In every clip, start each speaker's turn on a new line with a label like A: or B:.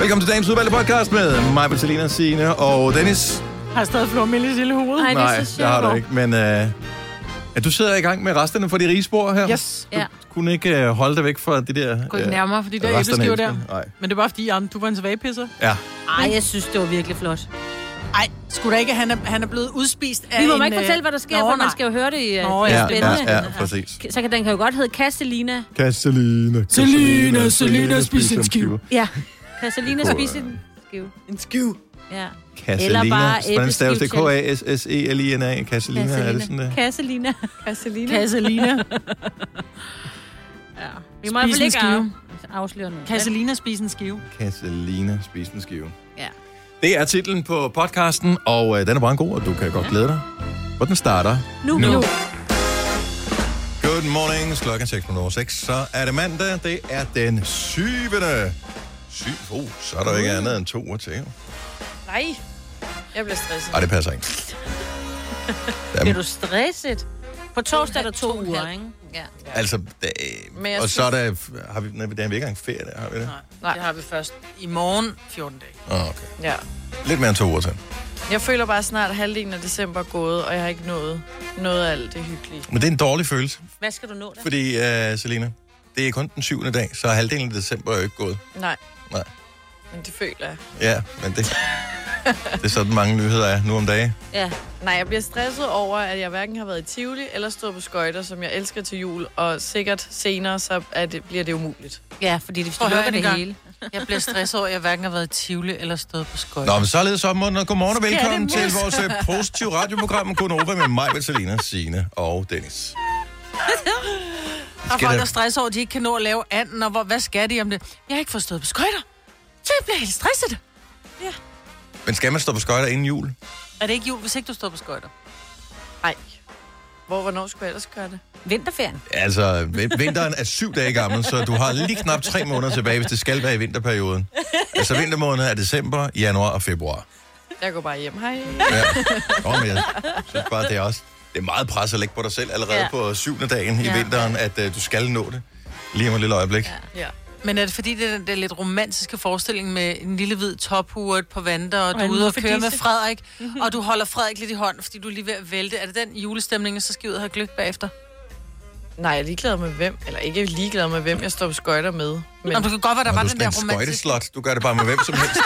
A: Velkommen til dagens udvalgte podcast med mig, Bettelina, Signe og Dennis.
B: Har jeg stadig flormelis i hele hovedet?
C: Ej, det er
A: Nej,
C: så
A: det har du
C: sjovt.
A: ikke, men øh, ja, du sidder i gang med resterne fra de rige spor her.
B: Yes.
A: Du
C: Ja.
A: kunne ikke øh, holde dig væk fra det der...
B: Gå ikke
A: øh,
B: nærmere, fordi der er
A: resterne
B: æbleskiver
A: af
B: der.
A: æblet. Nej.
B: Men det er bare fordi, Jan, du var en svagepisser.
A: Ja,
C: Ej, jeg synes, det var virkelig flot.
B: Nej, skulle da ikke, han er, han er blevet udspist af
C: Vi må
B: en,
C: ikke
B: øh,
C: fortælle, hvad der sker,
B: Nå,
C: for
B: nej.
C: man skal jo høre det i
B: Nå,
C: Nå,
B: ja.
C: ja.
A: ja,
C: spændende.
A: ja, ja, præcis.
C: Så kan den kan jo godt hedde Kastelina.
A: Kastelina.
B: Selina, Selina, spis en skive.
C: Ja. Kastelina
A: Åh,
C: spiser en skive.
B: En skiv.
C: Ja.
A: Kastelina.
C: Eller bare
A: Hvordan staves det?
C: æbleskive
A: E K-A-S-S-E-L-I-N-A. Kastelina, er det sådan der?
C: Kastelina.
D: Kasselina.
B: Kasselina.
C: Ja. Vi må i hvert fald
B: Spis en
C: ikke
B: skive.
C: af- afsløre noget.
B: Kasselina spiser en skive.
A: Kastelina, spis en skive.
C: Ja.
A: Det er titlen på podcasten, og øh, den er bare en god, og du kan godt glæde dig. Og den starter
C: Nu.
A: nu.
C: nu.
A: Good morning, klokken 6.06, så er det mandag, det er den 7. 7. Oh, så er der jo ikke andet end to uger til. jo.
D: Nej. Jeg bliver stresset.
A: Ej, det passer ikke.
C: Bliver du stresset? På torsdag er der to uger, ikke?
D: Ja.
A: Altså, det,
D: Men jeg
A: og
D: synes-
A: så er der, har vi, nej, der er vi ikke engang ferie, der, har vi det?
B: Nej, Nej, det har vi først i morgen 14 dage.
A: Oh, okay.
D: ja.
A: Lidt mere end to uger til.
D: Jeg føler bare snart halvdelen af december er gået, og jeg har ikke nået noget af alt det hyggelige.
A: Men det er en dårlig følelse,
C: Hvad skal du nå da?
A: fordi, uh, Selina, det er kun den 7. dag, så halvdelen af december er jo ikke gået.
D: Nej,
A: Nej.
D: men det føler jeg.
A: Ja, men det, det er sådan mange nyheder er nu om dagen.
C: Ja.
D: Nej, jeg bliver stresset over, at jeg hverken har været i Tivoli eller stået på skøjter, som jeg elsker til jul, og sikkert senere, så er det, bliver det umuligt.
C: Ja, fordi det, hvis
B: Prøv
C: du
B: at høre
C: lukker det
B: en gang.
C: hele.
B: Jeg bliver stresset over, at jeg hverken har været i Tivoli eller stået på skøjter.
A: Nå, men således opmuntret. Godmorgen og velkommen
B: Skattemus.
A: til vores øh, positive radioprogram Gunova med mig, Vitalina, Signe og Dennis.
B: Der er folk,
A: det-
B: der stresser over, at de ikke kan nå at lave anden, og hvor, hvad skal de om det? Jeg har ikke forstået på skøjter. Så jeg bliver helt stresset.
A: Men skal man stå på skøjter inden jul?
B: Er det ikke jul, hvis ikke du står på skøjter?
D: Nej. Hvor, hvornår skulle jeg ellers gøre det?
C: Vinterferien.
A: Altså, vin- vinteren er syv dage gammel, så du har lige knap tre måneder tilbage, hvis det skal være i vinterperioden. Altså vintermåneden er december, januar og februar.
D: Jeg går bare hjem. Hej.
A: Ja. Nå, men jeg synes bare, det er også det er meget pres at lægge på dig selv allerede ja.
C: Ja.
A: på syvende dagen ja. i
C: Ja.
A: vinteren, at uh, du skal nå det. Lige om et lille øjeblik. Ja.
D: Ja.
B: Men er det fordi, det er den der lidt romantiske forestilling med en lille hvid tophurt på vanter, og du er
C: en
B: ude og
C: muffedisse.
B: køre med Frederik, og du holder Frederik lidt i hånden, fordi du er lige ved at vælte. Er det den julestemning, og så skal I ud og have gløk bagefter?
D: Nej, jeg er ligeglad med hvem, eller ikke ligeglad med hvem, jeg står på skøjter med. Men
B: Men du kan godt
A: Når
B: være, der var
A: du er
B: den
A: sådan
B: der
A: en
B: romantiske...
A: skøjteslot, du gør det bare med hvem som helst.
B: Nej,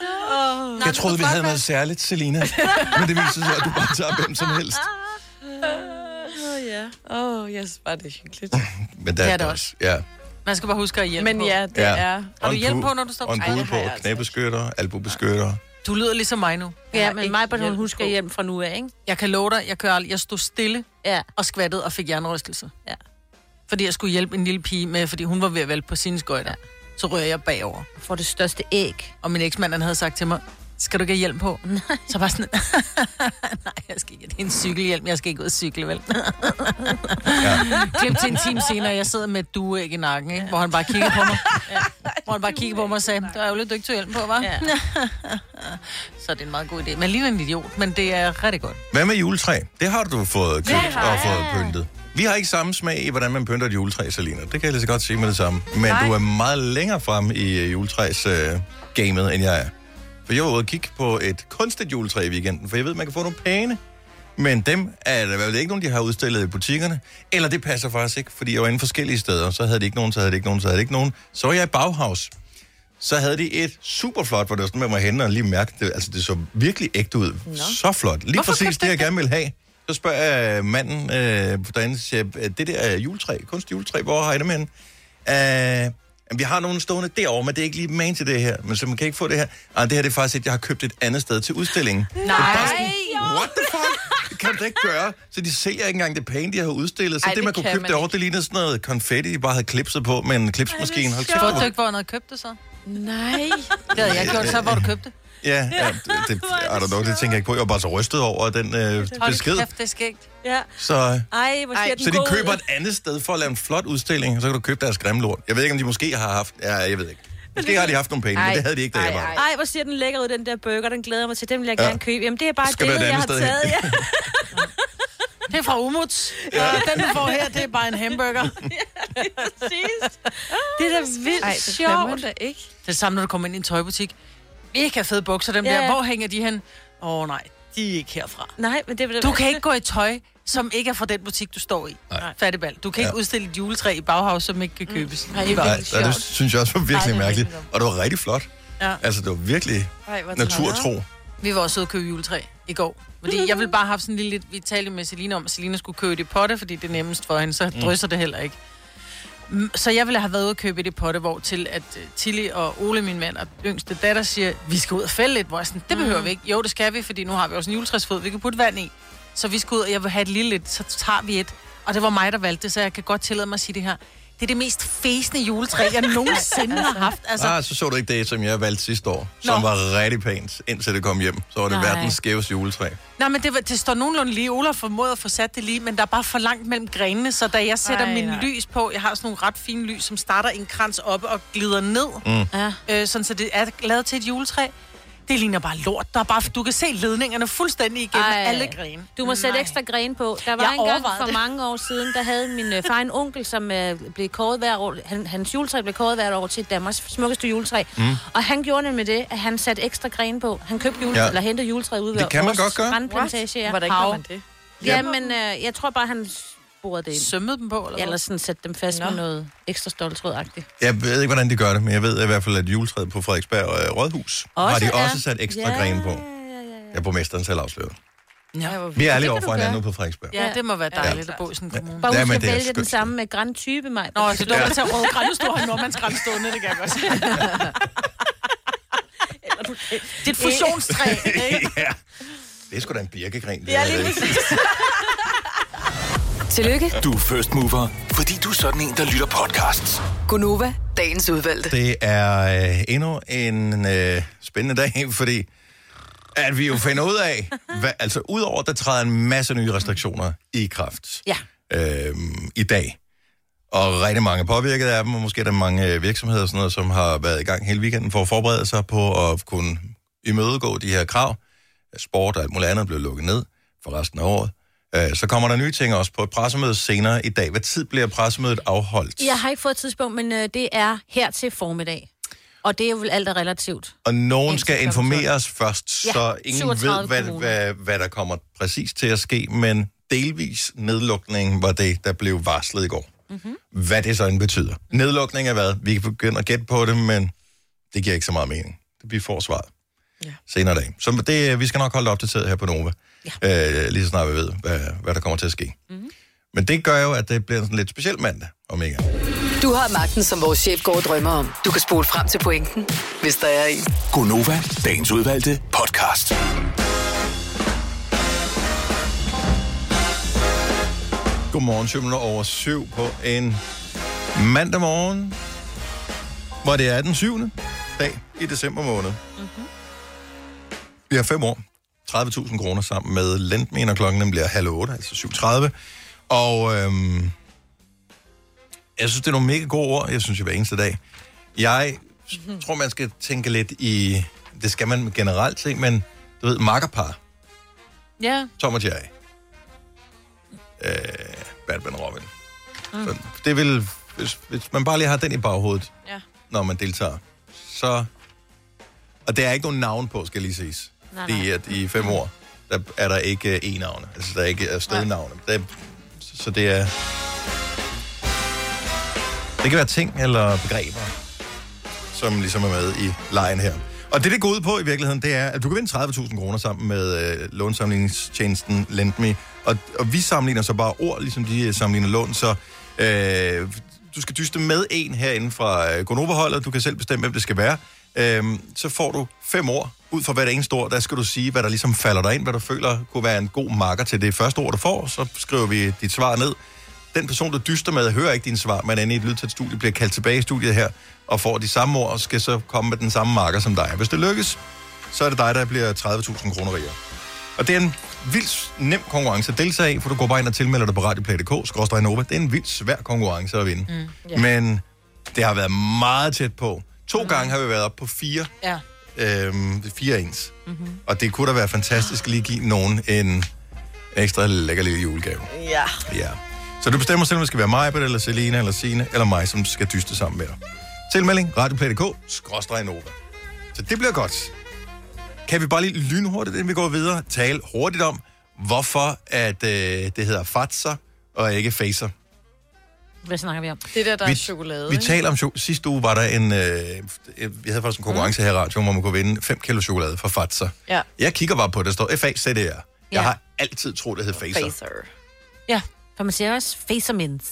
A: Jeg
B: det kunne
A: troede, vi
B: godt
A: havde
B: være-
A: noget særligt, Selina. Men det viser sig, at du bare tager hvem som helst.
B: Ah.
D: Åh, oh, ja. Åh, oh, jeg synes bare, det er hyggeligt.
A: Men der,
B: Det er det også.
A: Ja.
B: Man skal bare huske at hjælpe
D: Men
B: på.
D: ja, det ja. er...
B: Har du
A: Og en
B: hjelm
A: pu-
B: på, når du står på
A: Og en
B: ski?
A: pude
D: Nej, det
A: på,
D: har jeg altså
A: knæbeskytter, albubeskytter.
B: Du lyder ligesom mig nu.
C: Ja,
D: har
C: men
D: ikke
C: mig på hun
D: hjelm
C: husker
D: på.
C: hjem fra nu af, ikke?
B: Jeg kan love dig, jeg, kører, ald- jeg stod stille
C: Ja.
B: og skvattede og fik jernrystelse.
C: Ja.
B: Fordi jeg skulle hjælpe en lille pige med, fordi hun var ved at vælte på sine skøjter. Ja. Så rører jeg bagover.
C: Får det største æg.
B: Og min eksmand, han havde sagt til mig, skal du ikke have hjelm på? Nej. Så bare sådan, nej, jeg skal ikke. Det er en cykelhjelm, jeg skal ikke ud og cykle, vel? ja. Klip til en time senere, jeg sidder med et dueæg i nakken, ikke? hvor han bare kigger på mig. Hvor han bare kigger på mig og sagde, det er ærgerligt, du ikke tog hjelm på, var? Ja.
C: Ja.
B: Så det er en meget god idé. Men lige en idiot, men det er rigtig godt.
A: Hvad med juletræ? Det har du fået købt
D: Det har
A: og
D: jeg.
A: fået pyntet. Vi har ikke samme smag i, hvordan man pynter et juletræ, Selina. Det kan jeg lige så godt sige med det samme. Men Nej. du er meget længere frem i øh, juletræsgamet, øh, gamet, end jeg er. For jeg var ude og kigge på et kunstigt juletræ i weekenden, for jeg ved, man kan få nogle pæne. Men dem er der vel ikke nogen, de har udstillet i butikkerne. Eller det passer faktisk ikke, fordi jeg var inde forskellige steder. Så havde de ikke nogen, så havde de ikke nogen, så havde de ikke nogen. Så var jeg i Bauhaus. Så havde de et superflot, hvor det var sådan, man var henne og lige mærke det. Altså, det så virkelig ægte ud. Nå. Så flot. Lige Hvorfor præcis det, jeg gerne ville have. Så spørger jeg manden, øh, hvordan siger, jeg, det der er juletræ, kunstjuletræ, hvor har I dem henne? Øh, jamen, vi har nogle stående derovre, men det er ikke lige man til det her. Men så man kan ikke få det her. Ej, det her det er faktisk et, jeg har købt et andet sted til udstillingen.
D: Nej,
A: What the fuck? Det kan du da ikke gøre. Så de sælger ikke engang det pæne, de har udstillet. Så Ej,
D: Ej,
A: det,
D: det
A: man kunne
D: kan
A: købe
D: man
A: derovre, det lignede sådan noget konfetti, de bare havde klipset på med en klipsmaskine. Hold kæft,
B: Hvor du
A: hvor-
B: ikke, hvor han havde købt det så?
D: nej.
B: Det havde jeg gjort, så hvor du købte det.
A: Ja, ja det, det, I don't know, det tænker jeg ikke på. Jeg var bare så rystet over den øh,
B: Hold
A: besked.
B: kæft, det er skægt.
C: Ja.
A: Så, øh,
C: Ej, hvor
D: Ej,
C: ser den
A: så de
C: god ud.
A: køber et andet sted for at lave en flot udstilling, og så kan du købe deres grimme lort. Jeg ved ikke, om de måske har haft... Ja, jeg ved ikke. Måske har de haft nogle penge, men det havde de ikke, da jeg var.
C: Ej, hvor ser den lækker ud, den der burger. Den glæder jeg mig til. Den vil jeg gerne købe. Jamen, det er bare et
A: Skal være
C: billede,
A: et
C: jeg har
A: andet
C: taget.
A: sted
C: Ja.
B: Det er fra Umuts. Ja. Den du får her, det er bare en hamburger.
C: Præcis. Det er da vildt
D: Ej, det kan man
C: sjovt.
D: da ikke.
B: Det er det samme, når du kommer ind i en tøjbutik. Mega fede bukser, dem
C: Ja.
B: der. Hvor hænger de hen? Åh oh, nej, de er ikke herfra.
C: Nej, men det vil da
B: Du kan ikke gå i tøj, som ikke er fra den butik, du står i.
A: Nej.
B: Fattebal. Du kan ikke
A: Ja.
B: udstille et juletræ i baghaus, som ikke kan købes. Mm.
C: det er
A: Nej,
C: vildt
A: og det
C: sjovt.
A: synes jeg også var
C: Ej, det
A: virkelig
C: er
A: mærkeligt.
C: virkelig dumt.
A: Og det var rigtig flot.
B: Ja.
A: Altså, det var virkelig
D: Ej, hvor
A: naturtro.
B: Vi var også ude og købe juletræ i går. Fordi jeg ville bare have haft sådan en lille... lidt- Vi talte jo med Selina om, at Selina skulle købe det i potte, fordi det er nemmest for hende, så drysser det heller ikke. Mm, Så jeg ville have været ude og købe det i potte, hvor til at øh, Tilly og Ole, min mand og yngste datter, siger, vi skal ud og fælde lidt, hvor jeg sådan, det behøver vi ikke. Jo, det skal vi, fordi nu har vi også en juletræsfod, vi kan putte vand i. Så vi skal ud, og jeg vil have et lille lidt, så tager vi et. Og det var mig, der valgte det, så jeg kan godt tillade mig at sige det her. Det er det mest fæsende juletræ, jeg nogensinde har haft. Altså,
A: Ah, så så du ikke det, som jeg valgte sidste år, som
B: Nå.
A: var rigtig pænt, indtil det kom hjem. Så var det
B: Nej.
A: verdens skæveste juletræ.
B: Nej, men det, var- det står nogenlunde lige. Ola formåede at få sat det lige, men der er bare for langt mellem grenene, så da jeg sætter
C: Ej,
B: Ej, min
C: nej.
B: lys på, jeg har sådan nogle ret fine lys, som starter i en krans op og glider ned, mm.
C: Ja.
B: øh, sådan så det er lavet til et juletræ. Det ligner bare lort. Der er bare, du kan se ledningerne fuldstændig igennem
C: Ej.
B: Ej. alle grene.
C: Du må sætte
B: Nej.
C: ekstra gren på. Der var
B: Jeg
C: jeg engang
B: overvejede
C: for
B: det.
C: mange år siden, der havde min øh, far en onkel, som øh, blev kåret hver år. Han, hans juletræ blev kåret hvert år til Danmarks smukkeste juletræ. Mm. Og han gjorde nemlig det, at han satte ekstra gren på. Han købte jule,
A: Ja.
C: ja. eller hentede juletræ ud
A: Det
C: ved
A: kan man
C: vores
A: godt gøre.
C: strandplantage. Ja.
D: Hvordan
B: Hav.
D: kan man det?
C: Ja, men øh, jeg tror bare, han sporede det ind.
B: Sømmede dem på, eller
C: Eller
B: Ellers.
C: sådan sætte dem fast
D: Nå.
C: Nå. med noget ekstra stoltrådagtigt.
A: Jeg ved ikke, hvordan de gør det, men jeg ved i hvert fald, at juletræet på Frederiksberg øh, Rådhus også, har de også sat ekstra
C: ja,
A: grene på.
C: Ja, ja, ja.
A: Ja, borgmesteren selv afsløret.
D: Ej, hvor
A: Vi
D: vildt.
A: er
C: kan
A: ærlige over
C: du
A: for hinanden
C: gøre.
A: nu på Frederiksberg. Ja.
B: Ja, det må være
D: Ja.
B: dejligt
D: Ja.
B: at bo i sådan en kommune.
C: Bare
A: Ja,
C: husk
A: men
C: at
A: det er
C: vælge den
A: skønt.
C: samme med græntype, mig.
B: Nå, så du kan tage røde græn, hvis du har en nordmandsgræn stående, det kan jeg godt se. Dit fusionstræ, ikke?
A: Det er sgu da en birkegren. Det,
B: Ja,
A: her,
B: lige
A: ikke?
B: præcis.
E: Tillykke,
F: Du er first mover, fordi du er sådan en, der lytter podcasts.
E: Gunova, dagens udvalgte.
A: Det er øh, endnu en øh, spændende dag, fordi at vi jo finder ud af, hvad, altså udover, der træder en masse nye restriktioner i kraft
C: Ja.
A: øh, i dag. Og rigtig mange er påvirket af dem, og måske er der mange øh, virksomheder og sådan noget, som har været i gang hele weekenden for at forberede sig på at kunne imødegå de her krav. Sport og alt muligt andet blev lukket ned for resten af året. Øh, så kommer der nye ting også på et pressemøde senere i dag. Hvad tid bliver pressemødet afholdt?
C: Jeg har ikke fået et tidspunkt, men øh, det er her til formiddag. Og det er jo vel alt er relativt.
A: Og nogen
C: Indtil
A: skal
C: klokken
A: informere os først,
C: Ja,
A: så ingen ved,
C: 37
A: hvad,
C: kommuner.
A: hvad, hvad der kommer præcis til at ske, men delvis nedlukning var det, der blev varslet i går.
C: Mhm.
A: Mm-hmm. Hvad det så end betyder. Nedlukning er hvad? Vi kan begynde at gætte på det, men det giver ikke så meget mening. Vi får svaret ja. senere i dag. Så det, vi skal nok holde det opdateret her på Nova, ja. øh, lige så snart vi ved, hvad, hvad der kommer til at ske. Mm-hmm. Men det gør jo, at det bliver en sådan lidt speciel mandag, om ikke andet.
E: Du har magten, som vores chef går og drømmer om. Du kan spole frem til pointen, hvis der er en.
F: Gonova, dagens udvalgte podcast.
C: Mm.
A: Godmorgen, 7 minutter over 7 på en mandag morgen, hvor det er den 7. dag i december måned. Mm-hmm. Vi har fem år. 30.000 kroner sammen med Lendmen, og klokken den bliver halv 8, altså 7.30. Og øhm, jeg synes, det er nogle mega gode ord. Jeg synes, jeg hver eneste dag. Jeg mm-hmm. tror, man skal tænke lidt i... Det skal man generelt se, men du ved, makkerpar.
B: Ja,
A: Tom og Jerry. Øh, Batman og Robin. Mm. Så det vil, hvis, hvis man bare lige har den i baghovedet,
D: Ja.
A: når man deltager, så... Og der er ikke nogen navn på, skal lige ses.
C: Nej,
A: Fordi at i fem år, der er der ikke øh, e-navne. Altså, der er ikke øh, stednavne. Der, så så det er... Det kan være ting eller begreber, som ligesom er med i lejen her. Og det, det går ud på i virkeligheden, det er, at du kan vinde 30.000 kroner sammen med øh, lånsamlingstjenesten Lendme. Og, og vi sammenligner så bare ord, ligesom de øh, sammenligner lån. Så øh, du skal dyste med en herinde fra øh, Gonova-holdet. Du kan selv bestemme, hvem det skal være. Øh, så får du fem ord ud fra hvert eneste ord. Der skal du sige, hvad der ligesom falder dig ind, hvad du føler kunne være en god marker til det første ord, du får. Så skriver vi dit svar ned den person, du dyster med, hører ikke dine svar, men er inde i et lydtæt studie, bliver kaldt tilbage i studiet her, og får de samme ord, og skal så komme med den samme marker som dig. Hvis det lykkes, så er det dig, der bliver 30.000 kroner rigere. Og det er en vildt nem konkurrence at deltage i, for du går bare ind og tilmelder dig på radioplay.dk, skråstrej Nova. Det er en vildt svær konkurrence at vinde. Mm. Yeah. Men det har været meget tæt på. To mm. gange har vi været oppe på fire,
B: ja.
A: øhm, fire ens. Mm-hmm. Og det kunne da være fantastisk at lige give nogen en ekstra lækker lille julegave.
D: Ja.
A: Ja. Så du bestemmer selv, om det skal være mig, eller Selina, eller Sine eller mig, som skal dyste sammen med dig. Tilmelding, radioplay.dk, skråstrej Nova. Så det bliver godt. Kan vi bare lige lynhurtigt, inden vi går videre, tale hurtigt om, hvorfor at, øh, det hedder fatser og ikke facer.
C: Hvad snakker vi om?
D: Det der, der
A: Vi-
D: er chokolade.
A: Vi
D: ikke?
A: taler om chokolade. Sidste uge var der en... Øh, vi havde faktisk en konkurrence mm. her i radioen, hvor man kunne vinde 5 kilo chokolade fra Fatser.
D: Ja.
A: Jeg kigger bare på, at der står FAZR. Jeg
C: Ja.
A: har altid troet, det hed Facer.
D: Facer.
C: Ja, for man siger også facerminds.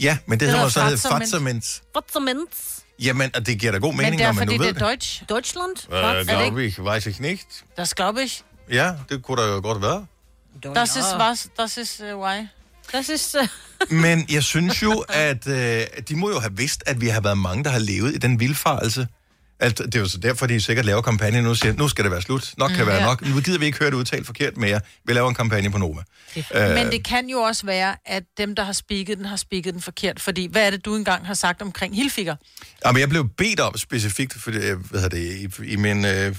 A: Ja, men det, det hedder
B: hedder
A: så hed
B: Fatser, men-
A: Fatser, men...
C: Facerminds.
A: Jamen, og det giver da god mening,
B: Men det er
A: når man
B: fordi,
A: nu ved
B: det er
A: det.
B: Deutsch.
C: Deutschland?
A: Äh,
B: Er det ikke-
A: glaube ich, weiß ich nicht.
B: Das glaube ich.
A: Ja, det kunne der jo godt være.
B: Das ist was, das ist uh, why.
C: Das ist... Uh...
A: Men jeg synes jo, at øh, de må jo have vidst, at vi har været mange, der har levet i den vildfarelse. Alt, det er jo så derfor, de sikkert laver kampagne nu og siger, nu skal det være slut. Nok
B: Mm,
A: kan være nok. Nu gider vi ikke høre det udtalt forkert mere. Vi laver en kampagne på Nova. Øh.
B: Men det kan jo også være, at dem, der har spiket den, har spiket den forkert. Fordi hvad er det, du engang har sagt omkring hilfiger?
A: Jamen, Ah, jeg blev bedt om specifikt, for det, øh, hvad hedder det, i, i min, øh,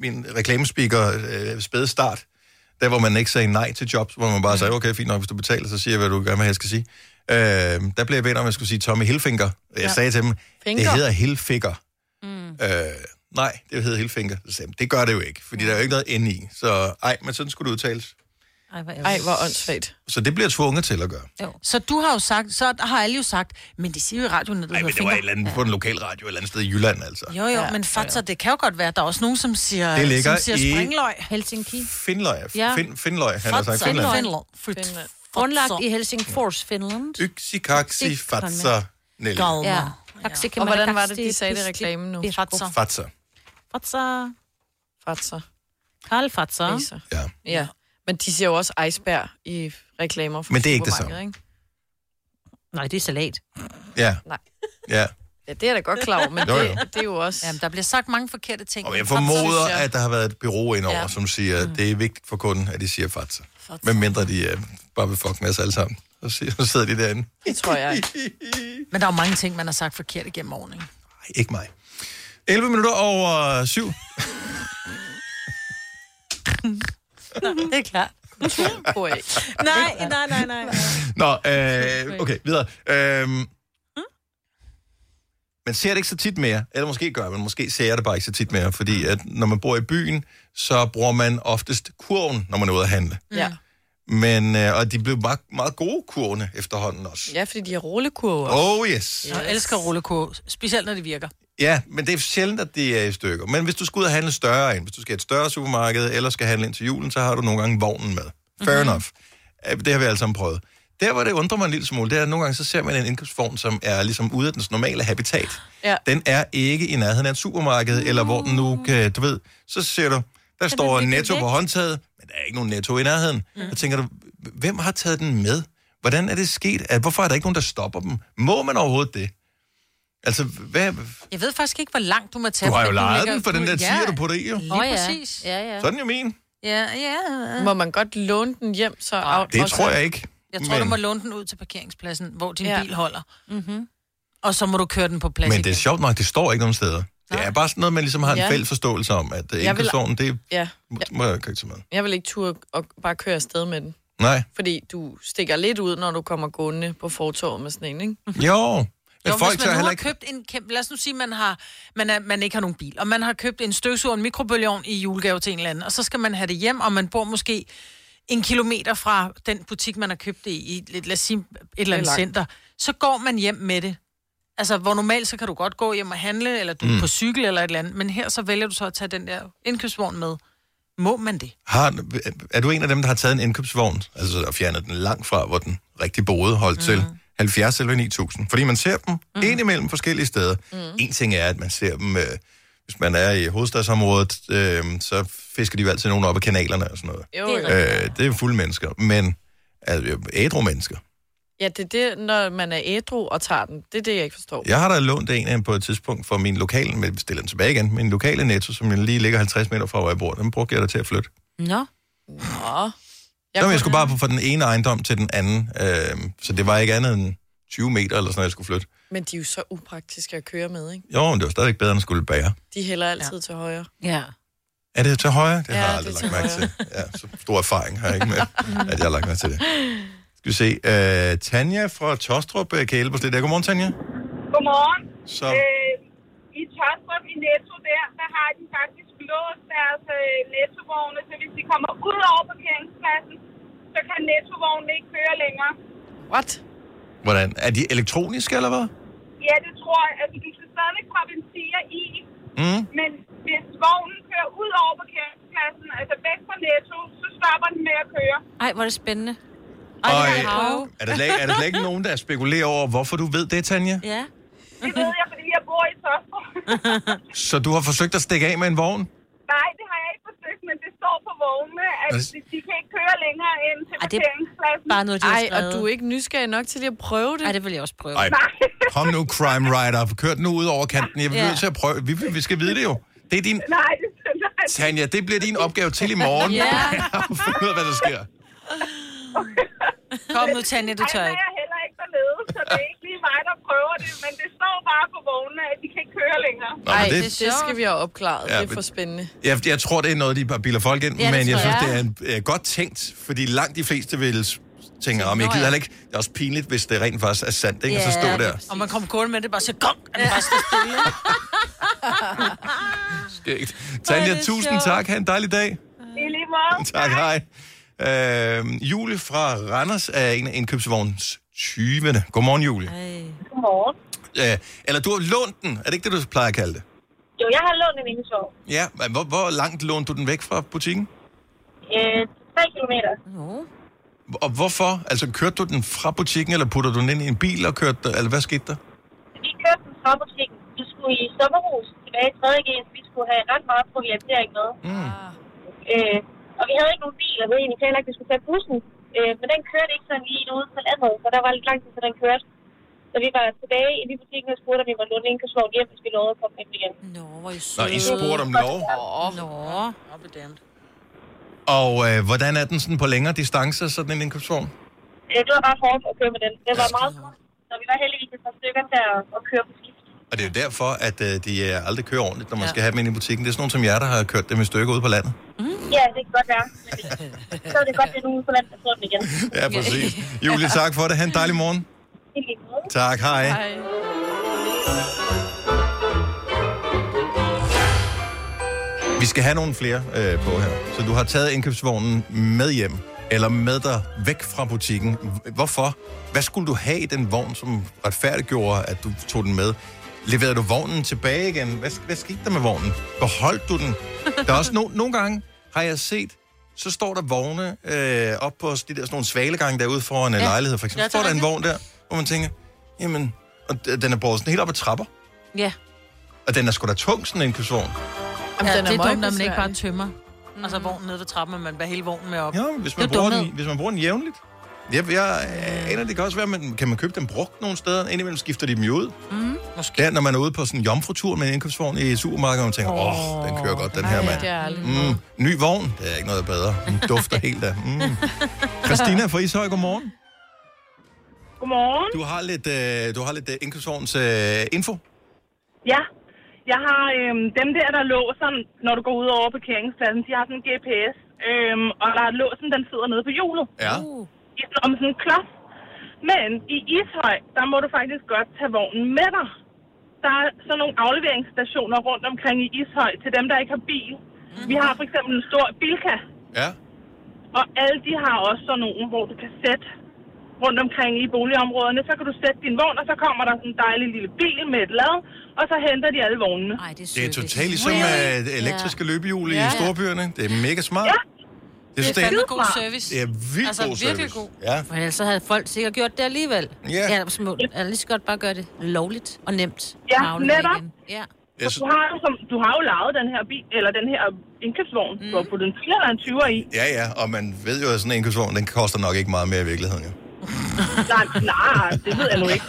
A: min reklamespeaker øh, spæde start, der hvor man ikke sagde nej til jobs, hvor man bare sagde, okay, fint nok, hvis du betaler, så siger jeg, hvad du gerne vil have, jeg skal sige. Øh, der blev jeg bedt om, at jeg skulle sige Tommy Hilfinger. Jeg ja. sagde til dem, Finger. det
D: Finger.
A: hedder Hilfiger. Mm. Øh, nej, det hedder Hilfinger. Så sagde jeg, det gør det jo ikke, fordi der er jo ikke noget N i. Så ej, men sådan skulle det udtales.
C: Ej, hvor
D: Ej,
C: ærgerligt.
D: hvor åndssvagt.
A: Så det bliver jeg tvunget til at gøre.
B: Så du har jo sagt, så har alle jo sagt, men det siger jo i radioen, at du
A: Ej, men
B: hedder
A: det var
B: finger.
A: et eller andet på en lokal radio et eller andet sted i Jylland, altså.
B: Jo, jo, ja, men fatser, det kan jo godt være. Der er også nogen, som siger,
A: Det ligger
B: som siger
A: i-
B: springløg.
C: Helsinki.
A: Finløg,
C: Ja.
A: fin, Finløg, han har sagt
B: Fatser.
A: Finland.
B: Finland. Finland.
C: Grundlagt i Helsingfors, Finland.
A: Yksikaksi fatser Nelly.
C: Ja.
B: Galmer.
C: Taksik-
D: Og hvordan var det, de sagde det i reklamen nu?
B: Fatser.
A: Fatser.
C: Fatser.
D: Fatser.
C: Karl Fatser.
D: Facer.
A: Ja.
D: Ja. Men de siger jo også iceberg i reklamer for
A: Men det er ikke det
D: supermarkeder, Ikke?
C: Nej, det er salat.
A: Ja.
D: Nej.
A: Ja.
D: Ja, det er da godt klar over, men
A: Jo, jo.
D: det, det, er jo også...
B: Jamen, der bliver sagt mange forkerte ting.
A: Og jeg
B: Fatser,
A: formoder,
B: synes jeg.
A: at der har været et bureau indover, ja.
D: Ja.
A: som siger, at det er vigtigt for kunden, at de siger fatser. Men mindre de uh, bare vil fuck med os alle sammen. Så siger- så sidder de derinde.
D: Det tror jeg ikke.
B: Men der er jo mange ting, man har sagt forkert igennem årene. ikke?
A: Nej, ikke mig. 11 minutter over 7.
B: Det er klart.
D: Tror jeg ikke.
C: Nej, nej, nej, nej.
A: Nå, øh, okay, videre. Øhm, man ser det ikke så tit mere, eller måske gør man, måske ser jeg det bare ikke så tit mere, fordi at når man bor i byen, så bruger man oftest kurven, når man er ude at handle.
D: Ja.
A: Men, øh, og de blev meget, meget gode kurvene efterhånden også.
D: ja, fordi de har rullekurver.
A: Oh yes.
B: Jeg elsker rullekurve, specielt når det virker.
A: Ja, men det er sjældent, at det er i stykker. Men hvis du skal ud og handle større ind, hvis du skal et større supermarked, eller skal handle ind til julen, så har du nogle gange vognen med. Fair mm-hmm. enough. Øh, Det har vi alle sammen prøvet. Der, hvor det undrer mig en lille smule, det er, at nogle gange så ser man en indkøbsform, som er ligesom ude af dens normale habitat.
D: Ja.
A: Den er ikke i nærheden af et supermarked, eller hvor den nu kan, du ved, Mm. så ser du, der står
C: virkelig
A: netto på
C: væk.
A: håndtaget, men der er ikke nogen netto i nærheden. Mm. Så tænker du, hvem har taget den med? Hvordan er det sket? At- Hvorfor er der ikke nogen, der stopper dem? Må man overhovedet det? Altså, hvad,
B: Jeg ved faktisk ikke, hvor langt du må tage
A: du har
B: men
A: jo lejet
B: ligger-
A: den, for den der tiger, du putter i, jo.
B: Lige
C: Åh,
B: oh,
C: ja.
B: præcis. Ja,
C: Ja, ja.
A: Så er den jo min.
B: ja. ja.
D: Må man godt låne den hjem, så... Nej,
A: Det tror jeg ikke.
B: Jeg tror, men... du må låne den ud til parkeringspladsen, hvor din ja.
D: Ja.
B: bil holder. Mm-hmm. Og så må du køre den på plads
A: Men det er
B: igen.
A: sjovt nok, det står ikke nogen steder. Det er bare sådan noget, man ligesom har en
D: Ja.
A: fælles forståelse om, at øh,
D: Jeg vil-
A: indkøbsvognen, det
D: Ja,
A: må jeg ikke tage med.
D: jeg vil ikke turde og bare køre afsted med den.
A: Nej,
D: Fordi du stikker lidt ud, når du kommer gående på fortorvet med sådan en, ikke?
A: jo. Men
B: Jo,
A: folk tager
B: hvis man nu
A: heller
B: har
A: ikke...
B: købt en kæmpe... Lad os nu sige, man har, man, er, man ikke har nogen bil, og man har købt en støvsuger og en mikrobølgeovn i julegave til en eller anden, og så skal man have det hjem, og man bor måske en kilometer fra den butik, man har købt det i, i et- lad os sige, et eller andet
D: langt.
B: center, så går man hjem med det. Altså, hvor normalt så kan du godt gå hjem og handle, eller du mm. er på cykel eller et eller andet, men her så vælger du så at tage den der indkøbsvogn med. Må man det?
A: Har, er du en af dem, der har taget en indkøbsvogn, altså og fjernet den langt fra, hvor den rigtig boede holdt til? 70 eller 9000. Fordi man ser dem mm. ind imellem forskellige steder. Mm. En ting er, at man ser dem, øh, hvis man er i hovedstadsområdet, øh, så fisker de jo altid nogen op af kanalerne og sådan noget.
D: Jo,
C: Det er
D: jo.
A: Øh, det er fulde mennesker, men altså, ædru mennesker.
D: Ja, det er det, når man er ædru og tager den. Det er det, jeg ikke forstår.
A: Jeg har da lånt en af dem på et tidspunkt for min lokale, men vi stiller den tilbage igen, min lokale netto, som jeg lige ligger 50 meter fra, hvor jeg bor. Den brugte jeg da til at flytte.
C: Nå.
D: Nå.
A: Jeg, Nå, men
D: kunne-
A: jeg skulle bare fra den ene ejendom til den anden, øh, så det var ikke andet end 20 meter eller sådan noget, jeg skulle flytte.
D: Men de er jo så upraktiske at køre med, ikke?
A: Jo, men det var stadigvæk bedre, end at skulle bære.
D: De hælder altid ja. til højre.
C: Ja.
A: Er det til højre? Det
D: Ja,
A: har jeg
D: det
A: aldrig
D: er
A: lagt
D: til
A: mærke til. Ja, så stor erfaring har jeg ikke med, at jeg har lagt mærke til det. Skal vi se. Øh, Tanja fra Tostrup øh, kan hjælpe os lidt. der. Godmorgen, Tanja.
G: Godmorgen.
A: Så,
G: Øh, I Tostrup i Netto der, der har de faktisk låst deres øh, nettovogne, så hvis de kommer ud over parkeringspladsen, så kan nettovognen ikke køre længere.
D: What?
A: hvordan? Er de elektroniske, eller hvad?
G: Ja, det tror jeg. Altså, du skal stadigvæk proppe en stiger i,
A: Mm.
G: men hvis vognen kører ud over parkeringspladsen, altså væk fra Netto, så stopper den med at køre.
C: Ej, hvor er det spændende.
A: Og,
C: Ej,
A: øh,
C: hav.
A: er, der slet, er der slet ikke nogen, der spekulerer over, hvorfor du ved det, Tanja?
C: Ja.
G: Det ved jeg, fordi jeg bor i Tostrup.
A: Så du har forsøgt at stikke af med en vogn?
G: Nej, det har jeg ikke forsøgt, men det står på vognene, at
A: Altså-
G: de, de kan ikke køre længere end til
C: Ej, det er
G: parkeringspladsen.
C: Bare noget, de har
D: Ej, og du er
C: ikke...
D: ikke nysgerrig nok til lige at prøve det.
C: Ej, det vil jeg også prøve.
A: Ej,
G: Nej.
A: kom nu, Crime Rider. Kør den nu ud over kanten. Jeg bliver
C: Ja.
A: nødt til at prøve. Vi, vi skal vide det jo. Det er din...
G: Nej, det nej.
A: Tanja, det bliver din opgave til i morgen.
C: Ja.
A: At finde ud af, hvad der sker.
B: Kom nu, Tanja, du
G: Ej,
B: tør
G: der
B: ikke.
G: er jeg heller ikke dernede, så det er ikke lige mig, der prøver det. Men det står bare på vognene, at de kan ikke køre længere.
A: Nå, men
D: det, det skal vi have opklaret.
A: Ja,
D: Ja, det er
A: men-
D: for spændende.
A: Jeg, jeg tror, det er noget, de bare bilder folk ind,
C: Ja,
A: ja,
C: det
A: men jeg
C: tror
A: synes,
C: jeg.
A: det er en, øh, godt tænkt, fordi langt de fleste vil s- tænke, om jeg
C: Nå,
A: gider
C: ja.
A: heller ikke. Det er også pinligt, hvis det rent faktisk er sandt, ikke? og så
C: Ja,
A: stå
C: det
A: der.
B: Og man kommer gående med det, bare så gong, og den bare står stille.
A: Skægt. Tanja, tusind
C: sjovt.
A: tak. Ha' en dejlig dag.
G: I lige måde.
A: Tak, hej. Øh, Julie fra Randers er en af indkøbsvognens 20. Godmorgen, Julie.
G: Godmorgen.
A: Øh, eller du har lånt den. Er det ikke det, du plejer at kalde det?
G: Jo, jeg har lånt en indtog.
A: Ja, men hvor, hvor langt lånte du den væk fra butikken?
G: Øh, 3 kilometer.
A: Og hvorfor? Altså, kørte du den fra butikken, eller puttede du den ind i en bil og kørte den- Eller hvad skete der?
G: Vi kørte den fra butikken. Vi skulle i sommerhus tilbage i 3. G, så vi skulle have ret meget proviantering med.
A: Mm.
G: Øh, og vi havde ikke nogen bil, og vi havde egentlig heller ikke, vi skulle tage bussen. Øh, men den kørte ikke sådan lige ude på landet, så der var lidt lang tid, så den kørte. Så vi var tilbage i de butikken og spurgte, om vi måtte låne en kassevogn hjem, hvis vi lovede at komme hjem igen.
C: Nå, hvor er I
A: Nå,
C: søde.
A: I spurgte om lov.
D: Åh,
C: Nå.
B: Op i den.
A: Og øh, hvordan er den sådan på længere distancer, sådan en indkøbsvogn?
G: Øh, det var bare hårdt at køre med den. Den var meget kort, så vi var heldigvis et par stykker der og køre på skift.
A: Og det er jo derfor, at øh, de øh, aldrig kører ordentligt, når man ja. skal have dem ind i butikken. Det er sådan nogle som jer, der har kørt dem i stykker ude på landet.
G: Ja, det kan godt være. Men det- så er det godt, at det er nogen på landet, der får den igen.
A: Ja, præcis. Julie, tak for det. Ha' en dejlig morgen.
G: Det er lige måde.
A: Tak, hej. hej.
D: ej.
A: Vi skal have nogle flere øh, på her. Så du har taget indkøbsvognen med hjem, eller med dig væk fra butikken. H- Hvorfor? Hvad skulle du have i den vogn, som retfærdiggjorde, at du tog den med? Leverede du vognen tilbage igen? Hvad, hvad skete der med vognen? Beholdt du den? Der er også no, nogle gange, har jeg set, så står der vogne øh, op på de der, sådan nogle svalegange derude foran ja. lejligheder, for eksempel.
B: Ja,
A: Ja,
B: det
A: står der
B: er
A: en
B: rigtigt.
A: vogn der, hvor man tænker, jamen, og d- den er båret sådan helt op ad trapper.
B: Ja.
A: Og den er sgu da tung, sådan en indkøbsvogn.
D: Jamen,
B: Ja,
D: den er
B: det er dumt, når man
D: møgbesværlig.
B: ikke bare tømmer. Mm. Og så vognen nede ved trappen, og man bærer hele vognen med op.
A: Ja, men hvis
B: Det
A: man,
B: er
A: bruger
B: dumhed.
A: den, hvis man bruger den jævnligt. Jeg, jeg aner, det kan også være, man kan man købe dem brugt nogle steder. Indimellem skifter de dem jo ud.
B: Mm. Måske.
A: Der, når man er ude på sådan en jomfrutur med en indkøbsvogn i supermarkedet, og man tænker, åh, oh, den kører godt, den her mand.
D: Det er aldrig.
A: Mm, ny vogn, det er ikke noget bedre. Den dufter helt af. Mm. Christina fra Ishøj, godmorgen.
G: Godmorgen.
A: Du har lidt, øh, du har lidt øh, indkøbsvogns øh, info.
G: Ja, jeg har øhm, dem der, der låser, når du går ud over parkeringspladsen, de har sådan en GPS, øhm, og der er låsen, den sidder nede på hjulet,
A: Ja.
G: i sådan, om sådan en klods. Men i Ishøj, der må du faktisk godt tage vognen med dig. Der er sådan nogle afleveringsstationer rundt omkring i Ishøj til dem, der ikke har bil.
C: Mhm.
G: Vi har for eksempel en stor Bilka,
A: Ja.
G: og alle de har også sådan nogle, hvor du kan sætte rundt omkring i boligområderne. Så kan du sætte din vogn, og så kommer der sådan en dejlig lille bil med et lad, og så henter de alle vognene.
C: Ej, det er
A: Det er
C: sødt.
A: totalt ligesom øh, elektriske løbehjul i
D: Ja.
A: storbyerne. Det er mega smart.
G: Ja.
A: Det, synes,
B: Det er fandme god
G: Skidesmart.
B: service.
A: det er vildt
B: Altså,
A: god service.
B: virkelig god.
A: Ja.
C: Men ellers så havde folk sikkert gjort det alligevel.
A: Ja.
C: Ja, så må, ja lige så godt bare gøre det lovligt og nemt.
G: Ja,
C: Navnet igen.
G: netop.
C: Ja.
A: Jeg
G: Du
A: synes,
G: har, jo som, du har jo lejet den her bil, eller den her indkøbsvogn, mm. du har puttet en 4 eller en 20'er i.
A: Ja, ja, og man ved jo, at sådan en indkøbsvogn, den koster nok ikke meget mere i virkeligheden, jo.
G: Nej, nej, det ved jeg nu ikke.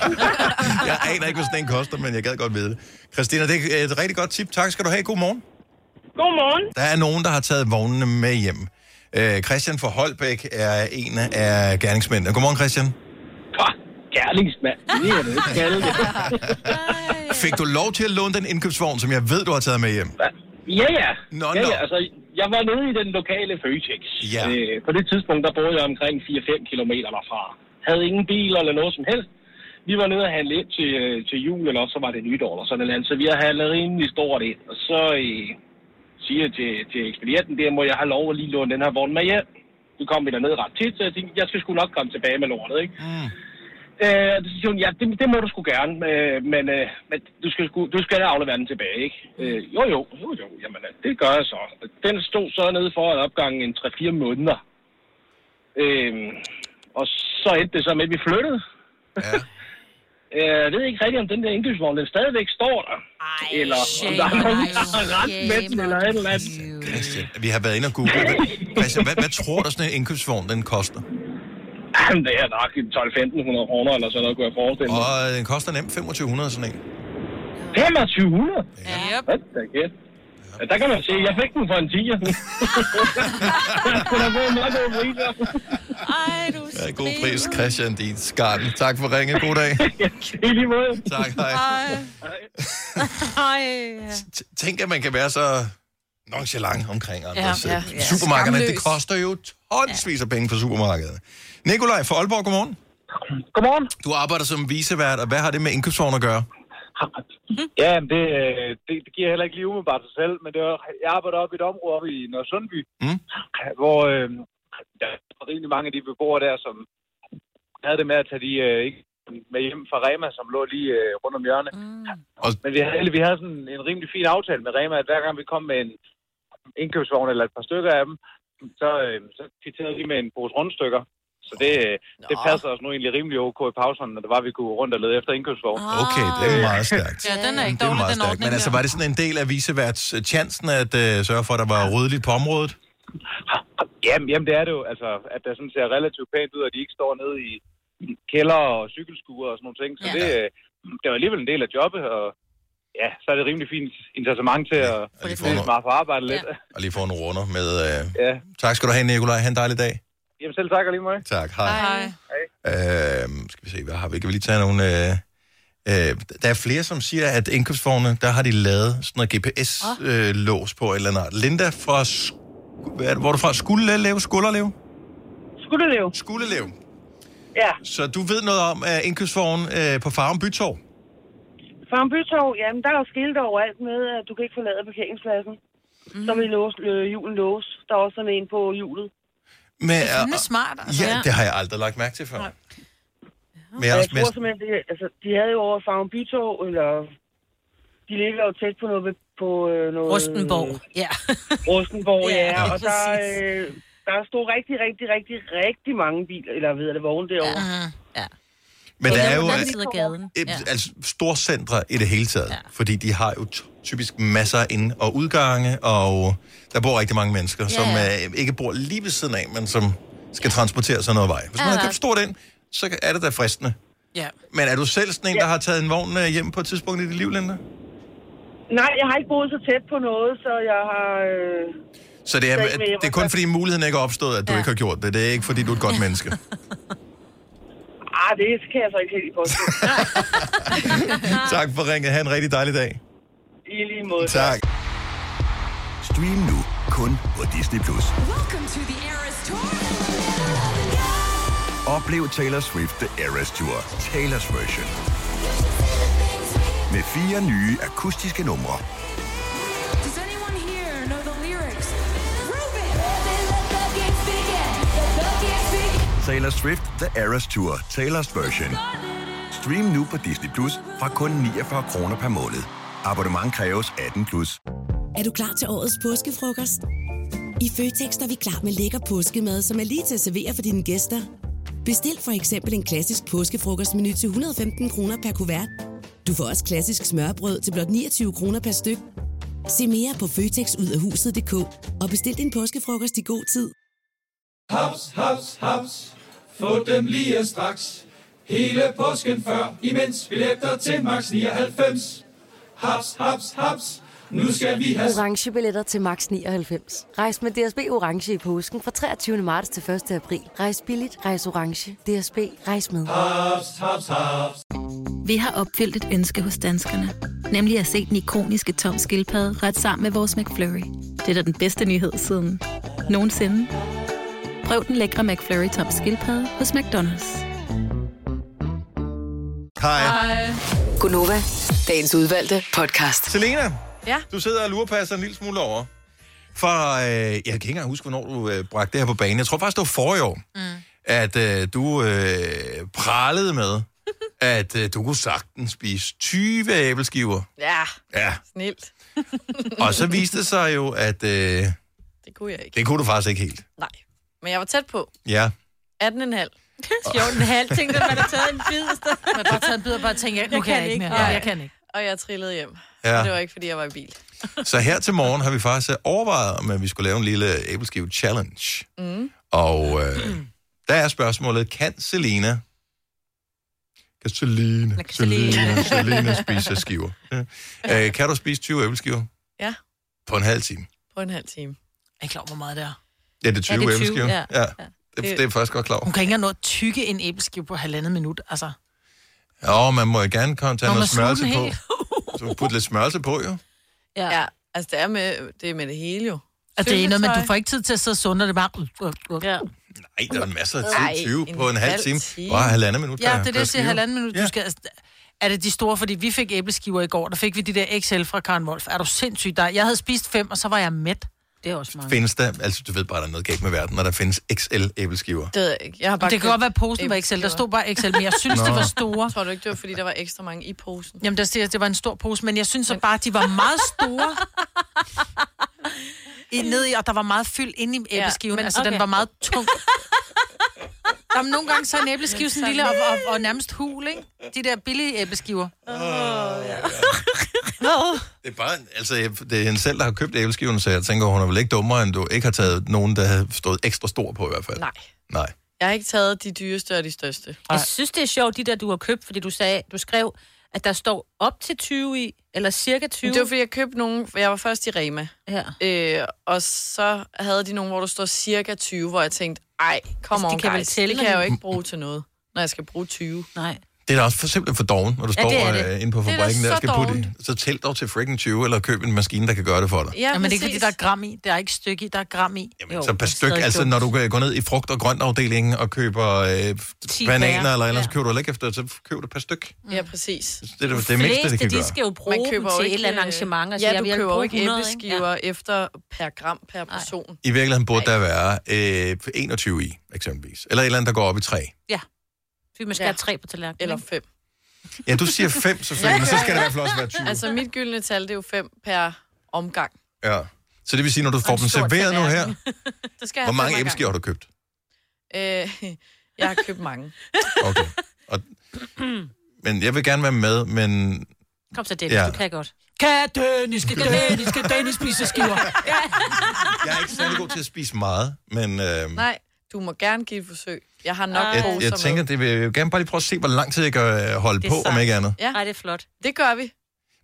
A: Jeg aner ikke, hvad sådan en koster, men jeg gad godt vide det. Christina, det er et rigtig godt tip. Tak skal du have. God morgen.
G: Godmorgen.
A: Der er nogen, der har taget vognene med hjem. Øh, Christian fra Holbæk er en af gerningsmændene. Godmorgen, Christian.
H: Ah, Gerningsmand. Det er det ikke kalde det.
A: Fik du lov til at låne den indkøbsvogn, som jeg ved, du har taget med hjem?
H: Ja, ja.
A: Nå,
H: ja,
A: nå.
H: ja. Altså, jeg var nede i den lokale Føtex.
A: Ja.
H: Øh, på det tidspunkt, der boede jeg omkring 4-5 km derfra. havde ingen bil eller noget som helst. Vi var nede og handle ind til, øh, til jul, eller også så var det nytår eller sådan noget. Så vi havde handlet rimelig stort ind. Og så øh, siger jeg til, til ekspedienten, der må jeg have lov at lige låne den her vogn med hjem. Nu kom vi derned ret tit, så jeg tænkte, jeg skal sgu nok komme tilbage med lortet, ikke?
A: Mm.
H: Øh, så siger hun, ja, det, det må du sgu gerne, øh, men, øh, men du, skal, sgu- du skal aflevere den tilbage, ikke? Øh, jo, jo, jo, jo, jamen øh, det gør jeg så. Den stod så nede foran opgangen en 3-4 måneder. Øh, og så endte det så med, at vi flyttede.
A: Ja.
H: Øh, Jeg ved ikke rigtigt, om den der indkøbsvogn, den stadigvæk står der. Ej, eller om der er nogen, der har ret med den, eller et eller andet.
A: Christian, vi har været inde og google. Hvad, Christian, hvad, hvad tror du, sådan en indkøbsvogn, den koster?
H: Jamen, det er nok 12-1500 kroner, eller sådan noget, kunne jeg forestille mig.
A: Og øh, den koster nemt 2500 sådan en.
H: 2500?
D: Ja. Yep.
H: Hvad da kæft? Ja, der kan man se, jeg fik den for en 10'er. jeg skulle have fået meget gode priser.
D: Ej, du
A: Ja, god pris, Christian, din skarn. Tak for ringen. God dag.
H: I lige måde.
A: Tak, hej.
D: Ej.
A: T- Tænk, at man kan være så nonchalant omkring andres.
B: Ja,
A: Ja,
B: ja,
A: ja,
B: ja.
A: Supermarkederne, det
D: Skamløs.
A: koster jo tonsvis af penge for supermarkedet. Nikolaj fra Aalborg, godmorgen.
H: Godmorgen.
A: Du arbejder som visevært, og hvad har det med indkøbsvogn at gøre?
I: Ja, men det, øh, det, det giver heller ikke lige umiddelbart sig selv, men det var, jeg arbejder op i et område oppe i Nørresundby,
A: Mm.
I: hvor øh, der er rimelig mange af de beboere der, som havde det med at tage de øh, ikke med hjem fra Rema, som lå lige øh, rundt om hjørnet. Mm.
A: Og-
I: Men vi havde, vi havde sådan en rimelig fin aftale med Rema, at hver gang vi kom med en indkøbsvogn eller et par stykker af dem, så, øh, så kvitterede de med en pose rundstykker. Så det, øh, det passer os nu egentlig rimelig ok i pauserne, når det var, vi kunne rundt og lede efter indkøbsvogn.
A: Okay, det er meget stærkt.
B: Ja, den er
A: Mm,
B: ikke
A: Det er
B: dårlig,
A: meget
B: den
A: stærkt.
B: ordning.
A: Men altså, var det sådan en del af viseværts øh, chancen at øh, sørge for, at der var ryddeligt på området?
I: Jamen, jamen, det er det jo. Altså, at der sådan ser relativt pænt ud, og de ikke står nede i kælder og cykelskuer og sådan nogle ting. Så
B: Ja.
I: ja. det, øh, det er jo alligevel en del af jobbet, og ja, så er det rimelig fint incitament til at
A: Og lige få
I: blive
A: nogle,
I: smart for arbejde lidt. Ja.
A: og lige få nogle runder med... Øh...
I: ja.
A: Tak skal du have, Nikolaj. Ha' en dejlig dag.
I: Jamen, selv tak og lige meget.
A: Tak, hej.
B: Hej.
A: Øh, skal vi se, hvad har vi? Kan vi lige tage nogle... Øh, øh, der er flere, som siger, at indkøbsvogne, der har de lavet sådan noget GPS-lås på et eller andet. art. Linda fra... Sk- hvad er det, hvor er du fra? Skuldelev? Skulderlev?
G: Skulle det leve?
A: Skuldelev.
G: Ja.
A: Så du ved noget om uh, indkøbsvogne uh, på Farum Bytorv?
G: For en bytog, jamen der er jo skilte overalt med, at du kan ikke forlade parkeringspladsen.
A: Mhm.
G: Mm. Så vil låse, øh, julen låse. Der er også sådan en på hjulet.
A: Men,
B: Det er fandme smart, altså.
A: Ja, det har jeg aldrig lagt mærke til før. Men jeg er
G: Jeg
A: også
G: tror
A: mest...
G: simpelthen, det, altså, de havde jo over Farm Bytog, eller de ligger jo tæt på noget ved- på øh, noget...
B: Rustenborg. Ja.
G: Rosenborg, ja.
B: Ja,
G: ja og der,
B: præcis.
G: øh, der stod rigtig, rigtig, rigtig, rigtig mange biler, eller hvad hedder det, vogne derovre. Ja.
A: Men der er jo...
C: Den
A: øh,
C: anden side af gaden.
A: Et, ja. Altså storcentre i det hele taget. Ja. Fordi de har jo ty- typisk masser af ind- og udgange, og der bor rigtig mange mennesker, ja. som
B: ja.
A: øh, ikke bor lige ved siden af, men som skal transportere sig noget vej. Hvis man har købt stort ind, så er det da fristende.
B: ja.
A: Men er du selv sådan en, der har taget en vogn øh, hjem på et tidspunkt i dit liv, Linda?
G: Nej, jeg har ikke boet så tæt på noget, så jeg har... Øh,
A: Så det er,
G: Jeg er ikke med hjem,
A: det er kun
G: altså.
A: fordi muligheden ikke er opstået, at du ja.
B: Ja.
A: ikke har gjort det. Det er ikke fordi, du er et godt menneske.
G: ah, det kan jeg så ikke helt påstå.
A: tak for ringet. Ha' en rigtig dejlig dag.
G: I lige måde.
A: Tak.
F: Stream nu kun på Disney+. Plus. Oplev Taylor Swift The Eras Tour, Taylor's version. Med fire nye akustiske numre. Taylor Swift The Eras Tour, Taylor's version. Stream nu på Disney Plus fra kun 49 kroner per måned. Abonnement kræves 18 plus.
J: Er du klar til årets påskefrokost? I Føtex er vi klar med lækker påskemad, som er lige til at servere for dine gæster. Bestil for eksempel en klassisk påskefrokostmenu til 115 kroner per kuvert. Du får også klassisk smørbrød til blot 29 kroner per styk. Se mere på føtexudafhuset.dk og bestil din påskefrokost i god tid.
K: Haps, haps, haps. Få dem lige straks. Hele påsken før, imens billetter til max 99. Haps, haps, haps. Nu skal vi have
J: Orange billetter til max 99. Rejs med DSB Orange i påsken fra 23. marts til 1. april. Rejs billigt, rejs orange. DSB, rejs med.
K: haps, haps, haps.
J: Vi har opfyldt et ønske hos danskerne. Nemlig at se den ikoniske tom skildpadde ret sammen med vores McFlurry. Det er da den bedste nyhed siden nogensinde. Prøv den lækre McFlurry tom skildpadde hos McDonald's.
A: Hej.
E: Gunova, dagens udvalgte podcast.
A: Selena,
D: Ja.
A: du sidder og lurepasser en lille smule over. For øh, jeg kan ikke engang huske, hvornår du øh, bragte det her på banen. Jeg tror faktisk, det var forrige år, mm. at øh, du øh, pralede med, at øh, du kunne sagtens spise 20 æbleskiver.
D: Ja,
A: Ja,
D: snilt.
A: og så viste det sig jo, at øh,
D: Det kunne jeg ikke.
A: det kunne du faktisk ikke helt.
D: Nej. Men jeg var tæt på.
A: Ja.
D: 18,5. 14,5. Tænkte, at man havde taget en bid. Man
B: havde bare taget en bid og bare tænkt, ja, nu kan jeg ikke mere. Ja, jeg kan
D: ikke. Og jeg trillede hjem.
A: Ja.
D: Ja. Det var ikke, fordi jeg var i bil.
A: Så her til morgen har vi faktisk øh, overvejet, om vi skulle lave en lille æbleskive-challenge.
D: Mm.
A: Og øh, der er spørgsmålet, kan Selena... Kan Selena, Selena, Selena spise skiver? Ja. Øh, kan du spise 20 æbleskiver
D: Ja,
A: på en halv time?
D: på en halv time.
B: Jeg er klar, hvor meget det er.
A: Ja, det er 20,
B: Ja, det er 20,
A: æbleskiver.
B: ja.
A: ja. Det, det er jeg faktisk godt klar over.
B: Hun kan ikke engang nå at tykke en æbleskive på halvandet minut, altså.
A: Ja, man må jo gerne komme tage
B: Nå,
A: noget
B: man smager
A: smørelse
B: den
A: på.
B: helt.
A: Så putte lidt smørelse på, jo.
D: Ja. ja. Altså, det er med det, er med det hele jo.
B: Og det er noget, men
D: Syltetøj.
B: du får ikke tid til at sidde og sunde, og det er bare... Øh, Ja.
A: Nej, der er masser af
B: Ej,
A: tid. 20
B: en
A: på en halv
B: halv
A: time.
B: time.
A: Bare halvandet minut.
B: Ja,
A: per-
B: det er det,
A: per
B: jeg siger,
A: skive.
B: halvanden minut. Du skal, altså, er det de store, fordi vi fik æbleskiver i går, der fik vi de der XL fra Karen Wolf. Er du sindssyg dig? Jeg havde spist fem, og så var jeg mæt.
C: Det er også mange.
A: Findes der, altså du ved bare, der er noget galt med verden, når der findes XL-æbleskiver.
D: Det ved jeg ikke. Jeg har bare
B: Det kan
D: købt
B: godt være, at posen var XL. Der
D: æbleskiver.
B: stod bare XL, men jeg synes,
A: Nå.
B: det var store.
D: Tror du ikke, det var, fordi der var ekstra mange i posen?
B: Jamen, der siger, jeg, det var en stor pose, men jeg synes så bare, de var meget store. I, ned i, og der var meget fyld inde i æbleskiven. Ja,
D: men
B: altså, okay. den
D: okay.
B: var meget tung. Jamen, nogle gange så er en æbleskive sådan en lille og, og, og, nærmest hul, ikke? De der billige æbleskiver.
A: Det er bare, altså, jeg- det er hende selv, der har købt æbleskiven, så jeg tænker, hun er vel ikke dummere, end du ikke har taget nogen, der har stået ekstra stor på i hvert fald.
D: Nej.
A: Nej.
D: Jeg har ikke taget de dyreste og de største.
C: Jeg synes, det er sjovt, de der, du har købt, fordi du sagde, du skrev, at der står op til 20 i, eller cirka 20.
D: Men Det var, fordi jeg købte nogle, for jeg var først i Rema.
C: Ja.
D: Øh, og så havde de nogle, hvor der står cirka 20, hvor jeg tænkte, ej, kom
C: Altså, de
D: on,
C: kan vel
D: guys.
C: tælle,
D: det kan jeg jo
C: men-
D: ikke bruge til noget, når jeg skal bruge 20.
C: Nej.
A: Det er da også for, simpelthen for doven, når du
D: Ja,
A: står
D: det er
A: ja,
D: det.
A: inde på
D: Det er da
A: fabrikken, der
D: så
A: skal putte i. Så tæl dog til freaking 20, eller køb en maskine, der kan gøre det for dig.
B: Ja, men det er ikke, fordi
D: præcis.
B: der er gram i. Der er ikke stykke i, der er gram i. Jamen,
A: Så per styk, altså når du går ned i frugt- og grøntafdelingen og køber øh,
B: Ti
A: bananer,
B: bær,
A: eller ellers
B: ja.
A: køber du heller ikke efter, så køber du et par styk.
D: Ja, præcis.
A: Det er det- det er mindste, det kan
C: de
A: gøre.
C: skal jo bruge
D: Man køber
C: dem
D: jo
C: til et
D: ikke,
C: eller andet
D: øh,
C: arrangement. og siger,
D: Ja,
C: jeg
D: du
C: vil
D: køber jo ikke
C: 100, ikke?
D: æbleskiver efter per gram per person.
A: I virkeligheden burde der være øh, 21 i, eksempelvis. Eller et eller andet, der går op i 3.
C: Ja. Fordi man skal ja. have tre på tallerkenen.
D: Eller fem.
A: Ja, du siger 5 selvfølgelig, men så skal det i hvert fald også være 20.
D: Altså, mit gyldne tal, det er jo fem per omgang.
A: Ja. Så det vil sige, når du får dem serveret nu her,
D: Så skal jeg
A: hvor
D: have
A: mange
D: fem ad
A: æbleskiver har du købt?
D: gangen. Øh, jeg har købt mange.
A: Men jeg vil gerne være med, men...
C: Kom så,
A: Dennis, Ja. du
C: kan godt.
B: Kan Dennis, skal Dennis, skal Dennis spise skiver?
A: Jeg er ikke særlig god til at spise meget, men... Øh, jeg,
D: Nej, du må gerne give et forsøg. Jeg har
C: Ah.
D: nok poser
A: jeg
D: med.
A: tænker, det vil jeg vil gerne bare lige prøve at se, hvor lang tid jeg kan øh, holde på, om ikke andet.
D: Ja.
C: Ej, det er flot.
D: Det gør vi.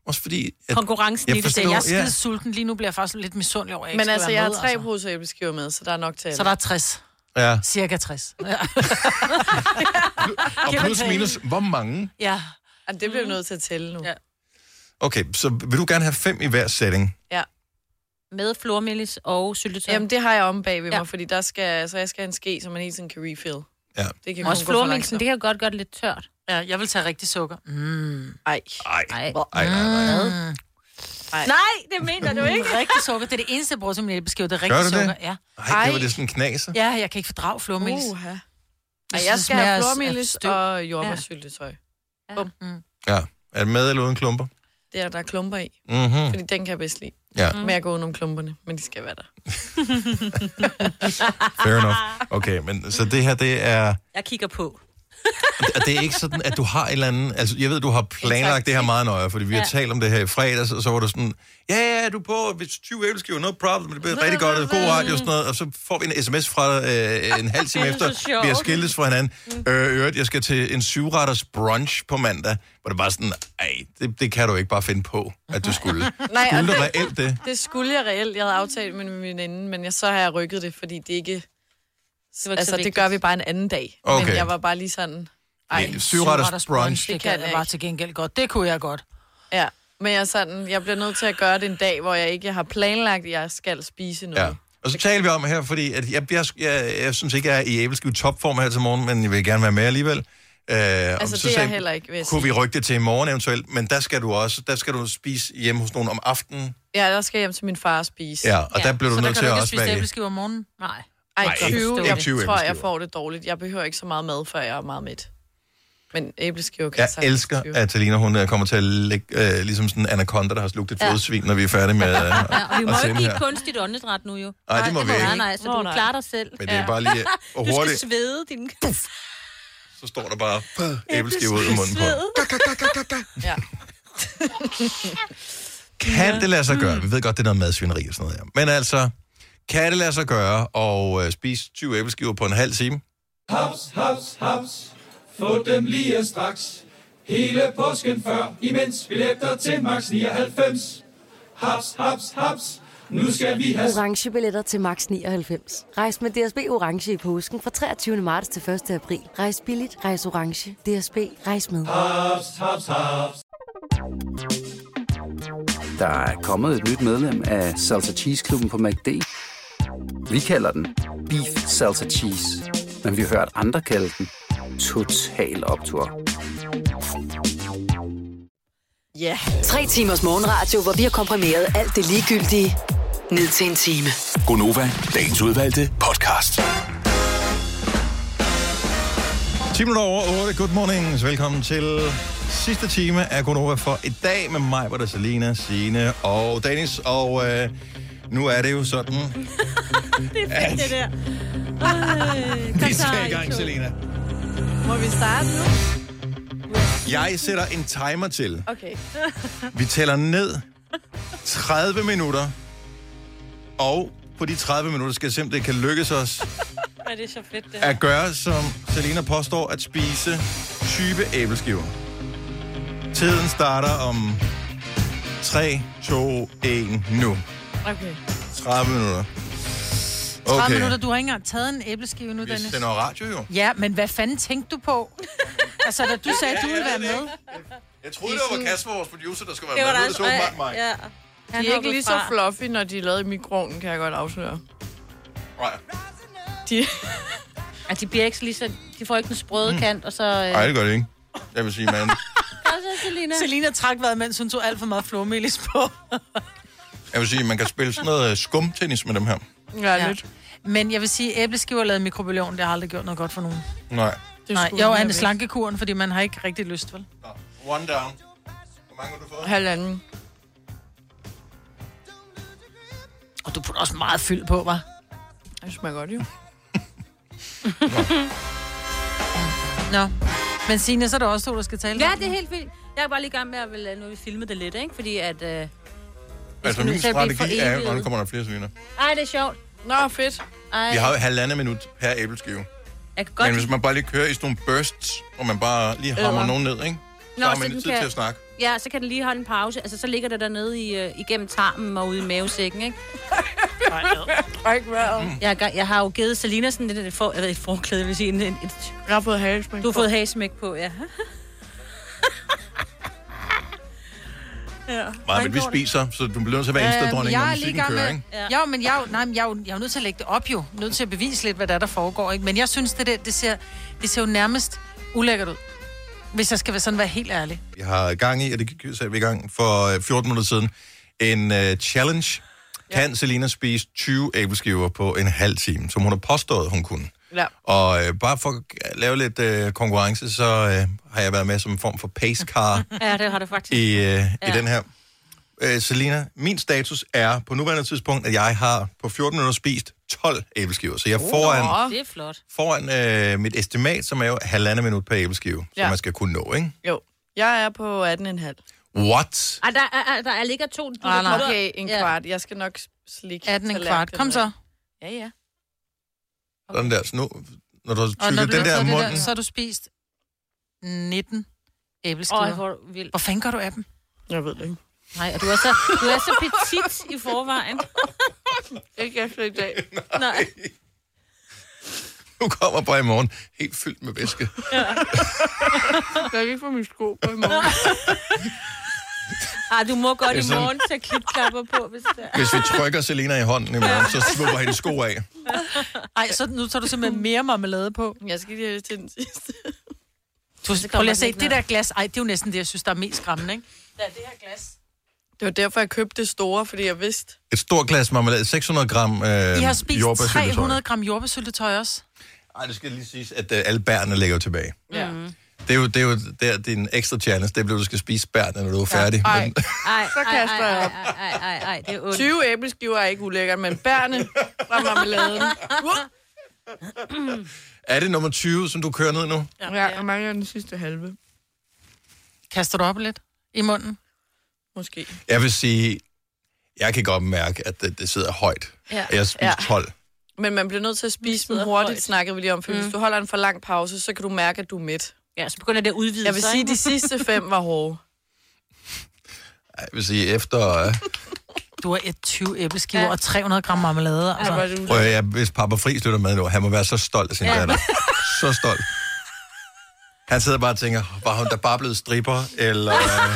A: Også fordi... At,
C: Konkurrencen
A: jeg
B: Jeg, forstår,
A: forstår-
B: jeg er skide
A: ja.
B: sulten. Lige nu bliver jeg faktisk lidt misundelig over, at jeg
D: Men
B: ikke
D: altså,
B: skal
D: jeg
B: være
D: har
B: med,
D: tre poser æbleskiver med, så der er nok til alle.
B: Så der er 60.
A: ja.
B: Cirka 60. Ja.
A: Og plus minus, hvor mange?
B: ja.
D: Jamen, det bliver
C: Mm.
D: vi nødt til at tælle nu. Ja.
A: Okay, så vil du gerne have fem i hver setting?
D: ja.
C: Med flormelis og syltetøj.
D: Jamen, det har jeg om bag ved mig, fordi der skal, så jeg skal have en ske, som man hele tiden kan refill.
A: Ja.
D: Det kan
C: Også flormelisen, det kan godt gøre det lidt tørt.
B: ja, jeg vil tage rigtig sukker. Mm.
D: Ej.
A: Ej.
C: Ej.
A: Ej, nej, nej.
B: Mm.
D: Ej.
C: Nej, det mener du ikke.
B: Rigtig sukker. Det er det eneste, jeg bruger som en æbleskæv. Det er
A: Gør
B: rigtig
A: du det?
B: sukker. Ja.
A: Ej, det var det sådan en knaser.
B: ja, jeg kan ikke fordrage flormelis. Uh.
D: Uha. Ej, jeg skal have flormelis og jordbærsyltetøj. Ja. Bum.
A: Ja. Er det med eller uden klumper?
D: Det er der klumper i,
A: Mhm.
D: fordi den kan jeg bedst lide.
A: Ja,
D: Mm. Men jeg går udenom klumperne, men de skal være der.
A: fair enough. Okay, men så det her, det er...
C: Jeg kigger på.
A: Og det er ikke sådan, at du har et eller andet... Altså, jeg ved, du har planlagt det her meget nøje, fordi vi har
C: Ja.
A: talt om det her i fredags, og så var du sådan, ja, ja, du er på, hvis 20 æbleskiver, no problem, det bliver rigtig godt, og god radio og sådan noget, og så får vi en sms fra dig øh, en halv time
C: Det er så
A: efter,
C: sjovt.
A: vi har skiltes fra hinanden.
D: Mm.
A: Øh, øvrigt, jeg skal til en syvretters brunch på mandag, hvor det bare sådan, ej, det, det kan du ikke bare finde på, at du skulle.
D: Nej, og
A: Skulle du
D: det,
A: reelt det?
D: det skulle jeg reelt. Jeg havde aftalt med min veninde, men jeg, så har jeg rykket det, fordi det ikke...
C: var ikke
D: altså,
C: så
D: det
C: vigtigt.
D: gør vi bare en anden dag.
A: Okay.
D: Men jeg var bare lige sådan... Ej,
A: Ej, syvretters brunch.
B: Det
D: Det kan
B: kan jeg
D: jeg
B: bare
D: ikke.
B: til gengæld godt. Det kunne jeg godt.
D: Ja, men jeg er sådan, jeg bliver nødt til at gøre det en dag, hvor jeg ikke har planlagt, at jeg skal spise noget.
A: Ja. Og så taler vi om her, fordi at jeg, jeg, jeg, jeg synes ikke, jeg er i æbleskive topform her til morgen, men jeg vil gerne være med alligevel. Øh,
D: Altså,
A: altså,
D: det er jeg heller ikke, vil jeg
A: Kunne vi
D: sige.
A: rykke det til i morgen eventuelt, men der skal du også, der skal du spise hjemme hos nogen om aftenen.
D: Ja, der skal jeg hjem til min far og spise.
A: Ja, og der bliver du
D: Så kan
A: nødt til
D: ikke
A: at også
D: spise
A: være i-
D: æbleskiver
B: om morgenen?
D: Nej.
A: Nej,
D: Ej,
A: ikke-
D: 20,
A: ikke
D: jeg
A: 20
D: tror, jeg
A: æbleskiver.
D: får det dårligt. Jeg behøver ikke så meget mad, før jeg er meget mæt. Men æbleskiver kan
A: Jeg
D: sagtens
A: elsker,
D: tyve.
A: at Talina, hun øh, kommer til at lægge, øh, ligesom sådan en anaconda, der har slugt et
C: Ja.
A: fodsvin, når vi er færdige med øh,
C: Ja, og vi må
A: at
C: jo ikke
A: sende
C: give
A: her.
C: kunstigt åndedræt nu jo.
A: Nej, det må vi ikke.
C: Nej, nej, så
D: Nå,
C: du
D: nej.
C: klarer dig selv.
A: Men det er bare lige- og
C: Du skal
A: hurtigt.
C: svede din...
A: Så står der bare øh, æbleskiver ud i munden på. hende.
D: Ja.
A: Kan det lade sig
C: Mm.
A: gøre? Vi ved godt, det er noget madsvineri og sådan noget her. Men altså, kan det lade sig gøre at øh, spise 20 æbleskiver på en halv time?
K: Haps, haps, haps. Få dem lige straks. Hele påsken før, imens billetter til max 99. Haps, haps, haps. Nu skal vi have...
L: Orange billetter til max 99. Rejs med DSB Orange i påsken fra 23. marts til 1. april. Rejs billigt, rejs orange. DSB, rejs med.
K: Haps, haps, haps.
M: Der er kommet et nyt medlem af Salsa Cheese Klubben på MACD. Vi kalder den Beef Salsa Cheese, men vi har hørt andre kalde den Total Optor.
D: Ja.
E: Tre timers morgenradio, hvor vi har komprimeret alt det ligegyldige ned til en time.
N: Gonova, dagens udvalgte podcast.
A: 10 minutter over 8. Good morning. Velkommen til sidste time af Gonova for i dag med mig, hvor der Selina, Signe og Dennis. Og øh, nu er det jo sådan...
D: det
A: er fedt, det
D: der.
A: Vi skal i gang, Selina.
D: Må vi starte nu?
A: Jeg sætter en timer til.
D: Okay.
A: Vi tæller ned 30 minutter. Og på de 30 minutter skal det simpelthen kan lykkes os
C: Ej, det er så fedt, det
A: at gøre, som Selina påstår, at spise 20 æbleskiver. Tiden starter om 3, 2, 1, nu.
D: Okay.
A: 30 minutter.
B: 30 okay. minutter, du har ikke engang taget en æbleskive nu,
A: Vi
B: Dennis.
A: sender radio jo.
B: Ja, men hvad fanden tænkte du på? altså, da du sagde, at du
A: Ja,
B: ville
A: jeg
B: være
A: ved det
B: med.
A: Jeg troede, det var Kasper, vores producer, der skulle være
B: Det var
A: med.
B: der
A: Nu er Det var
B: altså-
A: da åbenbart mig.
B: Ja.
D: De er ikke lige så fluffy, når de er lavet i mikroovnen, kan jeg godt afsløre.
A: Nej.
D: De...
C: At de bliver ikke lige så... De får ikke den sprøde
A: Mm.
C: kant, og så... Øh...
A: Nej, det gør det ikke. Jeg vil sige, man.
C: Kom så, Selina.
B: Selina trak vejret, mens hun tog alt for meget flormelis på.
A: Jeg vil sige, man kan spille sådan noget øh, skumtennis med dem her.
D: Ja, lidt.
B: Men jeg vil sige, æbleskiver lavet i mikrobølgeovn, det har aldrig gjort noget godt for nogen.
A: Nej.
B: Nej, jo, han er slankekuren, fordi man har ikke rigtig lyst, vel?
A: One down.
D: Halvanden.
B: Og du putter også meget fyld på, var.
D: Det smager godt, jo.
B: Nå. Men Signe, så er det også du, der skal tale.
C: Ja, det er helt fint. Jeg er bare lige i gang med at vil, nu vi filme det lidt, ikke? Fordi at... Øh...
A: Altså,
C: nu
A: min
C: til at blive
A: strategi er jo...
C: foreviget.
A: Nå, nu kommer der flere sviner.
C: Ej, det er sjovt.
D: Nå, fedt.
C: Ej.
A: Vi har jo halvandet minut per æbleskive.
C: Jeg kan godt...
A: Men hvis man bare lige kører i sådan nogle bursts, og man bare lige hammer
C: Øh.
A: nogen ned, ikke? Så
C: Nå,
A: har
C: så
A: man
C: den
A: lidt tid
C: kan-
A: til at snakke.
C: Ja, så kan den lige holde en pause. Altså, så ligger det dernede i, øh, igennem tarmen og ude i mavesækken, ikke?
D: Træk vejret.
A: Mm.
C: Jeg, har, jeg har jo givet Selina sådan lidt et, for, eller et forklæde, jeg vil sige. En, en, et,
D: jeg har fået hagesmæk
C: Du har
D: på.
C: fået hagesmæk på, ja.
D: ja.
A: Nej, men vi spiser, så du bliver nødt til at være
B: Øhm,
A: insta-dronning, når
B: jeg er lige i
A: musikken
B: gang
A: kører,
B: med...
A: ikke?
B: Ja. Jo, men jeg, er jo- nej, men jeg, er jo- jeg er jo nødt til at lægge det op jo. Nødt til at bevise lidt, hvad der, er, der foregår. Ikke? Men jeg synes, det, der, det, ser, det ser jo nærmest ulækkert ud. Hvis jeg skal være sådan være helt ærlig.
A: Jeg har gang i, og det gik- satte vi i gang for øh, 14 minutter siden, en uh, challenge. Kan Selina spise 20 æbleskiver på en halv time, som hun har påstået, hun kunne?
D: Ja.
A: Og øh, bare for at lave lidt øh, konkurrence, så øh, har jeg været med som en form for pacecar
C: Ja, det har du faktisk.
A: i, øh, ja.
C: Ja.
A: i den her. Øh, Selina, min status er på nuværende tidspunkt, at jeg har på 14 minutter spist 12 æbleskiver. Så jeg
D: Oh,
A: er foran,
C: Det er flot.
A: foran øh, mit estimat, som er jo halvandet minut per æbleskive, ja.
D: Ja.
A: som man skal kunne nå, ikke?
D: Jo. Jeg er på 18,5.
A: What?
C: Ej, der, er, er- der er ligger to...
D: Nej, nej. Okay, en kvart. Jeg skal nok slikke.
B: 18 en kvart. Kom så.
D: Ja, ja.
A: Sådan der. Så nu, når du har
B: Og når
A: tykket
B: du har
A: den der
B: taget
A: i
B: det
A: munden...
B: der, så har du spist 19 æbleskiver.
C: Øj, hvor er du vild.
B: hvor fanden gør du af dem?
D: Jeg ved det ikke.
C: Nej, og du er så, du er så petit i forvejen.
D: Ikke efter i dag.
C: Nej.
A: Du kommer bare i morgen helt fyldt med væske.
D: Jeg kan ikke få mine sko på i morgen.
C: Ej, du må godt
A: Det er
C: i
A: sådan-
C: morgen tage klipklapper på, hvis det er.
A: Hvis vi trykker Selena i hånden i morgen, så svupper hendes sko af.
B: Ej, så nu tager du simpelthen mere marmelade på.
D: Jeg skal lige have til den sidste.
B: Du,
D: Så kommer
B: prøv lige
D: den
B: at se,
D: ikke
B: det
D: ned.
B: der glas, ej, det er jo næsten det, jeg synes, der er mest skræmmende, ikke?
D: Ja, det her glas. Det var derfor, jeg købte det store, fordi jeg vidste.
A: Et stort glas marmelade, 600 gram øh,
B: I har spist
A: jordbærsyltetøj.
B: 300 gram jordbærsyltetøj også.
A: Ej, det skal lige siges, at øh, alle bærene ligger jo tilbage.
B: Ja.
A: Det er jo, det er jo der, din ekstra challenge, det bliver, du skal spise bærene, når du er færdig.
D: Ej,
A: Men,
D: ej, så kaster jeg op.
C: Ej, ej, ej, det er ondt.
D: 20 æbleskiver er ikke ulækkert, men bærne fra marmeladen. Uh!
A: er det nummer 20, som du kører ned nu?
D: ja, jeg mangler den sidste halve.
B: Kaster du op lidt i munden?
D: Måske.
A: Jeg vil sige, jeg kan godt mærke, at det, det sidder højt.
D: Ja.
A: Ja. Jeg har spist
D: Ja.
A: 12.
D: Men man bliver nødt til at spise dem Ligesom hurtigt, snakkede vi lige om, for mm. hvis du holder en for lang pause, så kan du mærke, at du er mæt.
C: Ja, så begynder det at udvide
D: Jeg vil
C: sig,
D: sige,
C: ikke?
D: de sidste fem var hårde.
A: Jeg vil sige, efter... Øh,
B: Du har et 20 æbleskiver ja. og 300 gram marmelade. Altså. Ja,
A: prøv, at- ja, hvis Papa Fri lytter med nu, han må være så stolt af sin ja. datter. Så stolt. Han sidder bare og tænker, var hun da bare blevet stripper, eller... Øh,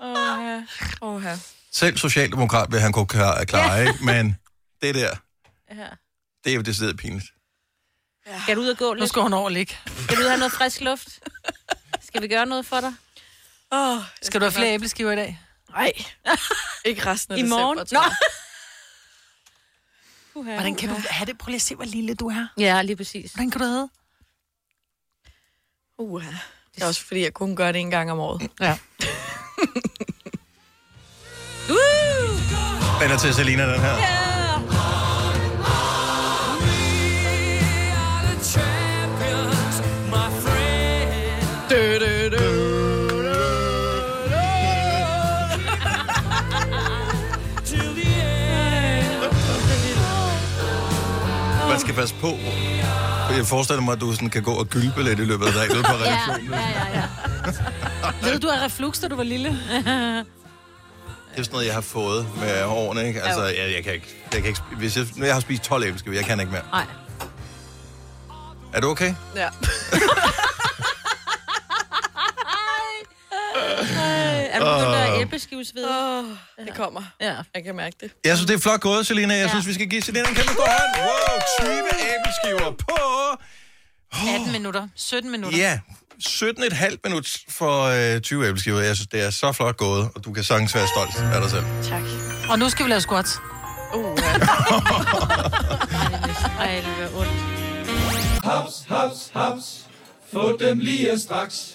D: Åh, ja. Åh, ja.
A: selv socialdemokrat vil han kunne klare, klare ikke? Men det der,
C: Ja.
A: det er jo decideret pinligt.
C: Skal du ud og gå lidt? Nu skal
B: hun over ligge.
C: Skal du ud og have noget frisk luft? Skal vi gøre noget for dig?
D: Oh,
B: Skal du have flere æbleskiver i dag?
D: Nej. Ikke resten af
C: I morgen?
D: december, tror jeg.
B: Hvordan kan du have det? Prøv lige at se, hvor lille du er.
C: Ja, lige præcis.
B: Hvordan kan du have det?
D: Uh, det er også fordi, jeg kun gør det en gang om året.
B: Ja.
A: Den er til Selina, den her.
D: Dø, dø, dø.
A: Man skal passe på. For Jeg forestiller mig, at du sådan kan gå og gylpe lidt i løbet af dagen ude på redaktionen.
C: Ja, ja, ja. Ved du, at reflux, da du var lille?
A: Det er sådan noget, jeg har fået med årene, ikke? Altså, jeg, jeg kan ikke... Jeg kan ikke sp- hvis jeg, når jeg har spist 12 æbleskiver, jeg kan ikke mere.
C: Nej.
A: Er du okay?
D: Ja.
C: Er du begyndt at
A: Åh.
C: have æbleskivesved?
D: Oh, det kommer.
C: Ja.
D: Jeg kan mærke det.
A: Jeg synes, det er flot gået, Selina. Jeg synes, vi skal give Selina en kæmpe stor hånd. Wow, 20 æbleskiver på...
B: 18 minutter. 17 minutter.
A: Ja, 17,5 minut for øh, 20 æbleskiver. Jeg synes, det er så flot gået, og du kan sagtens være stolt af dig selv.
D: Tak.
B: Og nu skal vi lave squats.
D: Uh,
C: Ej, det gør ondt.
K: Haps, haps, haps. Få dem lige straks.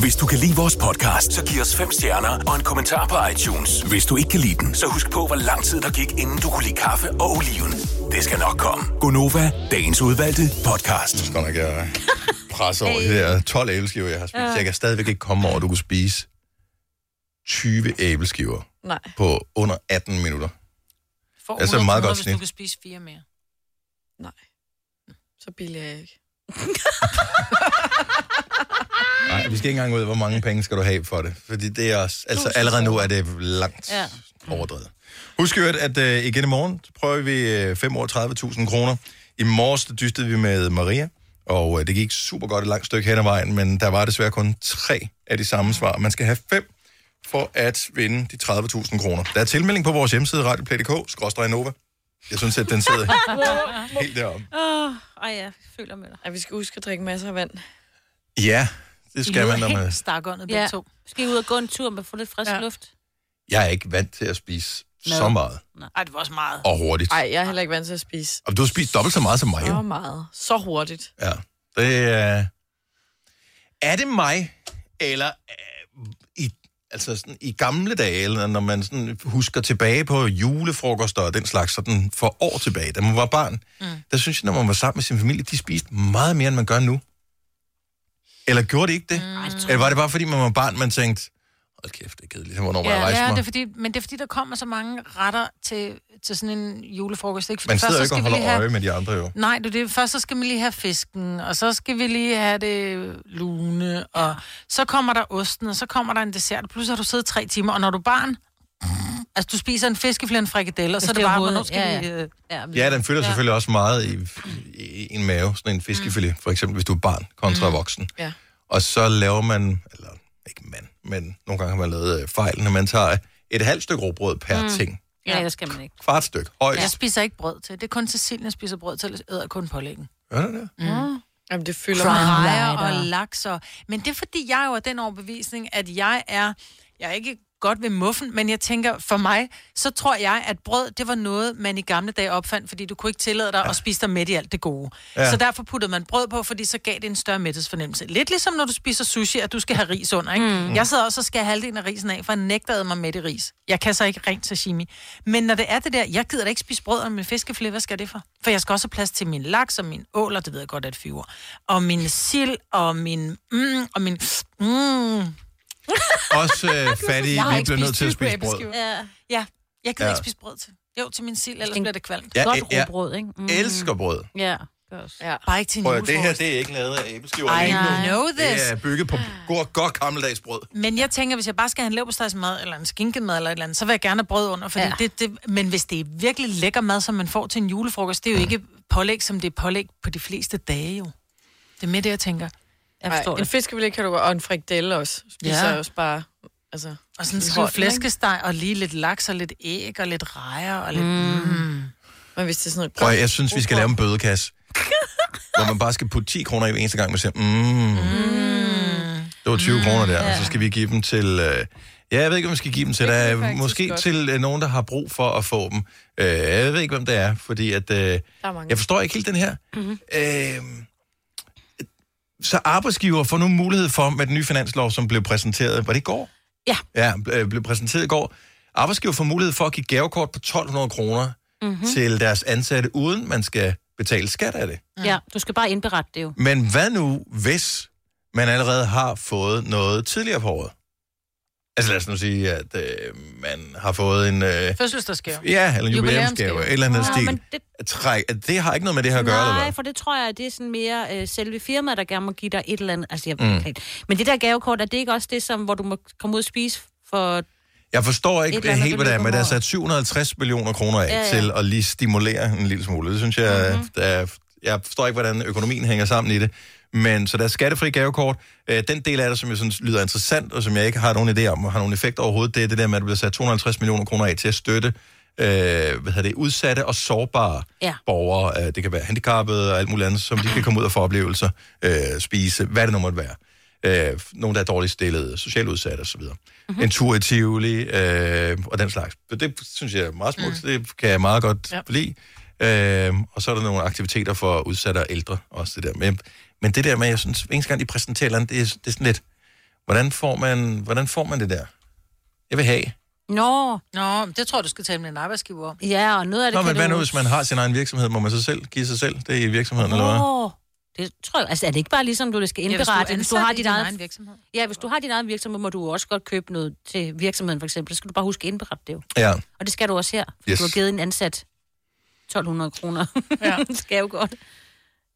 N: Hvis du kan lide vores podcast, så giv os fem stjerner og en kommentar på iTunes. Hvis du ikke kan lide den, så husk på, hvor lang tid der gik, inden du kunne lide kaffe og oliven. Det skal nok komme.
A: Gonova, dagens udvalgte podcast. Jeg synes godt nok, jeg presser over de der 12 æbleskiver, jeg har spist.
D: Ja.
A: Jeg kan stadigvæk ikke komme over, at du kunne spise 20 æbleskiver
D: nej.
A: på under 18 minutter.
B: Får
A: Det er så
B: 100
A: meget
B: kroner,
A: godt
B: hvis
A: snit.
B: du kan spise fire mere.
D: Så billig er jeg ikke.
A: Nej, vi skal ikke engang ud, hvor mange penge skal du have for det. Fordi det er også, altså allerede nu er det langt
D: Ja.
A: overdrevet. Husk i øvrigt, at øh, igen i morgen så prøver vi øh, 5 år 30.000 kroner. I morges der dystede vi med Maria, og øh, det gik super godt et langt stykke hen ad vejen, men der var desværre kun tre af de samme svar. Man skal have fem for at vinde de 30.000 kroner. Der er tilmelding på vores hjemmeside, radioplay.dk, skråstrej Nova. Jeg synes, at den sidder helt deroppe.
D: Åh,
C: ej, jeg føler med dig.
D: Ja, vi skal huske at drikke masser af vand.
A: Ja, det skal man, når man...
B: stakåndet,
C: ja. to. Skal I ud og gå en tur med få lidt frisk ja. luft?
A: Jeg er ikke vant til at spise så
D: Mad.
A: meget
B: Ej, det var også meget.
A: og hurtigt.
D: Nej, jeg er heller ikke vant til at spise
A: Og du har spist dobbelt så meget som mig.
D: så
A: Jo.
D: meget. Så hurtigt.
A: Ja. Det øh, er... Er det mig, eller øh, i, altså sådan, i gamle dage, eller når man sådan husker tilbage på julefrokoster og den slags, sådan for år tilbage, da man var barn, mm. der synes jeg, når man var sammen med sin familie, de spiste meget mere, end man gør nu. Eller gjorde det ikke det? Mm. Eller var det bare, fordi man var barn, man tænkte, hold kæft, det er kedeligt. Hvornår må jeg
B: Ja,
A: rejse
B: ja
A: mig?
B: det er fordi, men det er fordi, der kommer så mange retter til, til sådan en julefrokost. Ikke? For
A: Man
B: det første,
A: sidder jo
B: så
A: ikke og
B: skal vi
A: holder
B: lige have-
A: øje med de andre jo.
B: Nej, du, det er, først så skal man lige have fisken, og så skal vi lige have det lune, og så kommer der osten, og så kommer der en dessert. Plus har du siddet tre timer, og når du er barn, altså du spiser en fiskeflæ og en frikadelle, og så er det bare, hvornår skal
C: ja,
B: vi...
C: ja.
B: øh,
A: Ja, den fylder ja. selvfølgelig også meget i, i en mave,
B: Mm.
A: sådan en fiskefilet, for eksempel hvis du er barn kontra mm. voksen.
D: Ja.
A: Og så laver man, eller ikke man, men nogle gange har man lavet øh, fejl, når man tager et halvt stykke råbrød per mm. ting.
C: Ja, det skal man ikke.
A: Kvart stykke, højst.
B: Jeg spiser ikke brød til. Det er kun Cecilie, jeg spiser brød til, ellers æder jeg kun pålæggen.
A: Ja. Gør det det?
B: Mm.
D: Jamen, det fylder
B: Crime
D: mig.
B: rejer og laks. Og... Men det er fordi, jeg jo er den overbevisning, at jeg er... Jeg er ikke godt ved muffen, men jeg tænker, for mig, så tror jeg, at brød, det var noget, man i gamle dage opfandt, fordi du kunne ikke tillade dig at spise dig mæt i alt det gode.
O: Ja.
B: Ja. Så derfor puttede man brød på, fordi så gav det en større mættesfornemmelse. Lidt ligesom når du spiser sushi, at du skal have ris under, ikke?
O: Mm.
B: Mm. Jeg sidder også og skal have halvdelen af risen af, for jeg nægtede mig mæt i ris. Jeg kan så ikke rent sashimi. Men når det er det der, jeg gider da ikke spise brød med fiskeflip, hvad skal det for? For jeg skal også have plads til min laks og min åler, det ved jeg godt, at fyre. Og min sild og min... Mm, og min... Mm.
A: Også øh, fattige,
B: Jeg har
A: vi
B: ikke
A: bliver nødt
B: spist
A: til at spise brød.
B: æbleskiver. Ja. ja, jeg gider
A: Ja.
B: ja. ikke spise brød til. Jo, til min sild, ellers bliver det kvalmt.
A: Ja, Godt ja, ja. rugbrød, ikke? Mm. Elsker brød.
B: Ja. ja. Bare ikke til en
A: Prøv, at- det her
B: julefrokost.
A: det er ikke lavet af æbleskiver.
B: I
A: alene.
B: know
A: Det
B: this. Ah.
A: er bygget på godt, godt gammeldags brød.
B: Men jeg tænker, hvis jeg bare skal have en leverpostejsmad, eller en skinkemad, eller et eller andet, så vil jeg gerne have brød under. Fordi
A: Ja.
B: ja. det, det, men hvis det er virkelig lækker mad, som man får til en julefrokost, det er jo
C: Mm.
B: ikke pålæg, som det er pålæg på de fleste dage jo. Det er med det, jeg tænker. Jeg
D: Ej,
B: forstår
D: en
B: det.
D: fiskefilet kan du godt, og en frikadelle også. Spiser
B: Ja.
D: ja. også bare... Altså,
B: Og sådan en
D: hold,
B: skål
D: ikke?
B: flæskesteg, og lige lidt laks, og lidt æg, og lidt rejer, og lidt... Mm. Mm.
D: Men hvis det er sådan noget...
A: Prøv, at- jeg synes, vi skal lave en bødekasse, hvor man bare skal putte 10 kroner i hver eneste gang, man siger, mm, det var 20 kroner der, og så skal vi give dem til... Øh, ja, jeg ved ikke, om vi skal give dem til. Der er måske
D: godt.
A: til øh, nogen, der har brug for at få dem. Øh, jeg ved ikke, hvem det er, fordi at... Øh,
D: Der er mange.
A: jeg forstår ikke helt den her. Mm-hmm. Øh, så arbejdsgiver får nu mulighed for, med den nye finanslov, som blev præsenteret, var det i går?
B: Ja.
A: Ja, øh, blev præsenteret i går. Arbejdsgiver får mulighed for at give gavekort på 1200 kroner
C: Mhm.
A: mm-hmm. til deres ansatte, uden man skal betale skat af det.
C: Ja, du skal bare indberette det jo.
A: Men hvad nu, hvis man allerede har fået noget tidligere på året? Altså lad os nu sige, at øh, man har fået en... Øh,
B: Fødselsdagsgave.
A: ja, eller en jubilæumsgave, et eller andet
C: Nå,
A: stil.
C: men
A: Det... Træk, det har ikke noget med det her at gøre, eller
C: Nej,
A: hvad?
C: for det tror jeg, det er sådan mere øh, selve firmaet, der gerne må give dig et eller andet. Altså, jeg
A: Mm.
C: mm. Men det der gavekort, er det ikke også det, som, hvor du må komme ud og spise for...
A: Jeg forstår
C: Et
A: ikke
C: eller andet
A: helt, hvad det er,
C: beløb
A: men
C: om
A: der er
C: året.
A: sat 750 millioner kroner af
C: Ja, ja. Mhm.
A: til at lige stimulere en lille smule. Det synes jeg, mm-hmm. der er, jeg forstår ikke, hvordan økonomien hænger sammen i det. Men så der er skattefri gavekort. Øh, Den del af det, som jeg synes lyder interessant, og som jeg ikke har nogen idé om, og har nogen effekt overhovedet, det er det der med, at der bliver sat 250 millioner kroner af til at støtte øh, hvad hedder det, udsatte og sårbare
C: Ja.
A: borgere. Øh, Det kan være handicappede og alt muligt andet, som de kan komme ud og få oplevelser, øh, spise, hvad det nu måtte være. Øh, nogle, der er dårligt stillede, socialt udsatte osv. Mm-hmm. En tur i Tivoli øh, og den slags. Så Det synes jeg er meget smukt. Mm. Det kan jeg meget godt ja. lide. Øh, og så er der nogle aktiviteter for udsatte og ældre også det der. Men, men det der med, jeg synes, hver eneste gang de præsenterer et eller andet, det, er- det er sådan lidt, hvordan får, man, hvordan får man det der? Jeg vil have.
C: Nå.
B: Nå, men det tror jeg, du skal tale med en arbejdsgiver om.
C: Ja, og noget af det
A: Nå,
C: kan
A: men hvad
C: du...
A: nu, hvis man har sin egen virksomhed, må man så selv give sig selv det i virksomheden, eller hvad?
C: Nå, det tror jeg... Altså, er det ikke bare ligesom, du skal
B: Ja, hvis
C: indberette?
B: du er
C: hvis
B: ansat
C: har
B: i
C: dit
B: din
C: eget...
B: egen virksomhed.
C: Ja, hvis du har din egen virksomhed, må du også godt købe noget til virksomheden, for eksempel. Så skal du bare huske at indberette det jo.
A: Ja.
C: Og det skal du også her, for yes.
A: Yes.
C: du har givet en ansat 1200 kroner. Ja. det skal jo godt.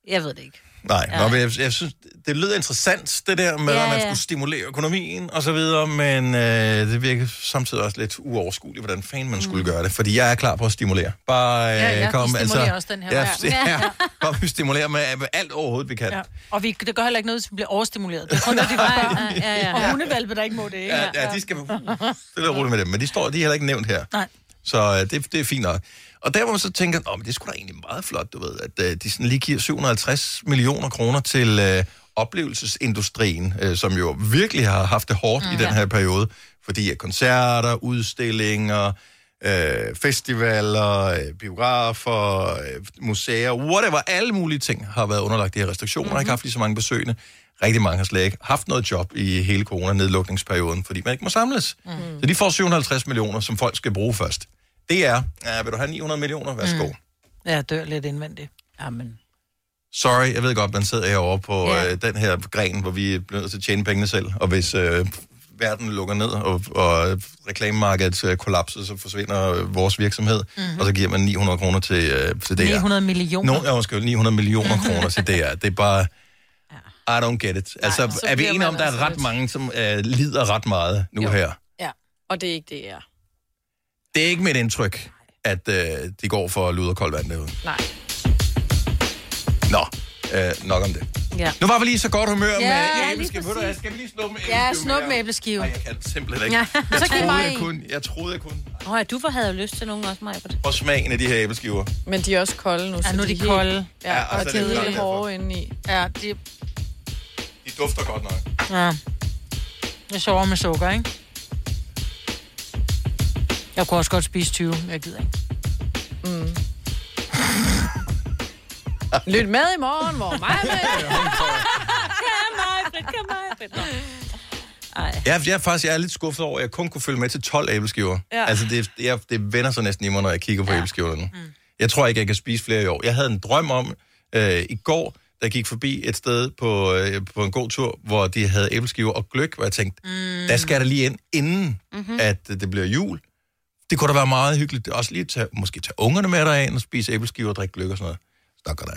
C: Jeg ved det ikke.
A: Nej, ja. nå, men jeg, jeg synes, det lyder interessant, det der med, ja,
C: Ja,
A: at man
C: ja.
A: skulle stimulere økonomien og så videre, men øh, det virker samtidig også lidt uoverskueligt, hvordan fanden man skulle gøre det, fordi jeg er klar på at stimulere. Bare øh,
B: Mm. Ja, ja, vi
A: kom,
B: stimulerer
A: altså,
B: også den her
A: ja,
B: verden.
A: ja,
B: Ja,
A: ja.
B: ja.
A: Kom, vi stimulerer med med alt overhovedet, vi kan. Ja,
B: Ja. Og vi, det gør heller ikke noget, hvis vi bliver overstimuleret. Det er kun, når de var børn.
C: Ja, ja, ja.
B: Og hundevalpe, der ikke må det, ikke?
A: ja, ja de skal det er roligt med dem, men de, står, de er heller ikke nævnt her.
B: Nej.
A: Så øh, det, det er fint nok. Og der hvor man så tænker, Nå, men det skulle da egentlig meget flot, du ved, at øh, de sådan lige giver 750 millioner kroner til øh, oplevelsesindustrien, øh, som jo virkelig har haft det hårdt mm, i den her periode, fordi at koncerter, udstillinger, øh, festivaler, øh, biografer, øh, museer, whatever, alle mulige ting har været underlagt de her restriktioner, mm-hmm. ikke haft lige så mange besøgende. Rigtig mange har slet ikke haft noget job i hele corona-nedlukningsperioden, fordi man ikke må samles. Mm. Så de får 750 millioner, som folk skal bruge først. Det er, ja, vil du have 900 millioner? Værsgo. Mm.
B: Ja, jeg dør lidt indvendigt. Amen.
A: Sorry, jeg ved godt, man sidder herovre på
B: Ja.
A: yeah. øh, den her gren, hvor vi bliver nødt til at tjene pengene selv, og hvis øh, verden lukker ned, og, og reklamemarkedet øh, kollapser, så forsvinder øh, vores virksomhed, mm-hmm. og så giver man 900 kroner til, øh, til DR.
B: 900 millioner.
A: Nå, ja, undskyld, 900 millioner kroner til DR. Det er bare... I don't get it. Altså,
D: så
A: Nej, er vi
D: bliver
A: enige om,
D: man
A: der er
D: altså
A: ret
D: lidt-
A: mange, som øh, lider ret meget nu jo. her?
D: Ja. Og det er ikke det, jeg er.
A: Det er ikke mit indtryk, at øh, de går for lud og koldt vand derude.
D: Nej.
A: Nå, øh, nok om det.
C: Ja.
A: Nu var vi lige så godt humør
B: Ja,
A: med
B: ja, lige
A: æbleskiver. Ved du hvad, Skal vi lige snuppe med
B: Ja, snup med æbleskive.
A: Jeg kan det simpelthen ikke.
C: Ja,
A: Jeg
C: så giv
A: troede,
C: mig
A: jeg
C: en.
A: kunne, jeg troede, jeg kunne.
C: Åh, ja, du for havde jo lyst til nogen også, Majbert.
A: Og smagen af de her æbleskiver.
D: Men Altså, de er også kolde nu. Ja,
B: nu er de kolde.
D: Ja,
A: Ja,
D: ja
A: og
D: og,
A: så
D: og
A: er
D: de er
A: det klart
D: helt
A: derfor.
D: hårde indeni.
B: Ja, de,
A: De dufter godt nok.
B: ja. Jeg sover med sukker, ikke? Jeg kunne også godt spise 20, men jeg gider ikke.
D: Mm. Lyt med i morgen, hvor mig med.
C: Kom, Majbert, kom, Majbert.
A: Jeg, jeg, er faktisk, jeg er lidt skuffet over, at jeg kun kunne følge med til 12 æbleskiver.
C: Ja.
A: Altså, det, jeg, det vender sig næsten i mig, når jeg kigger på ja. æbleskiverne. Mm. Jeg tror ikke, jeg kan spise flere i år. Jeg havde en drøm om, øh, i går, der gik forbi et sted på, øh, på en god tur, hvor de havde æbleskiver og gløk, hvor jeg tænkte, mm. der skal jeg da lige ind, inden
B: Mhm.
A: mm-hmm. at øh, det bliver jul. Det kunne da være meget hyggeligt. Også lige at tage, måske tage ungerne med derind og spise æbleskiver og drikke gløk og sådan noget. Snakker der.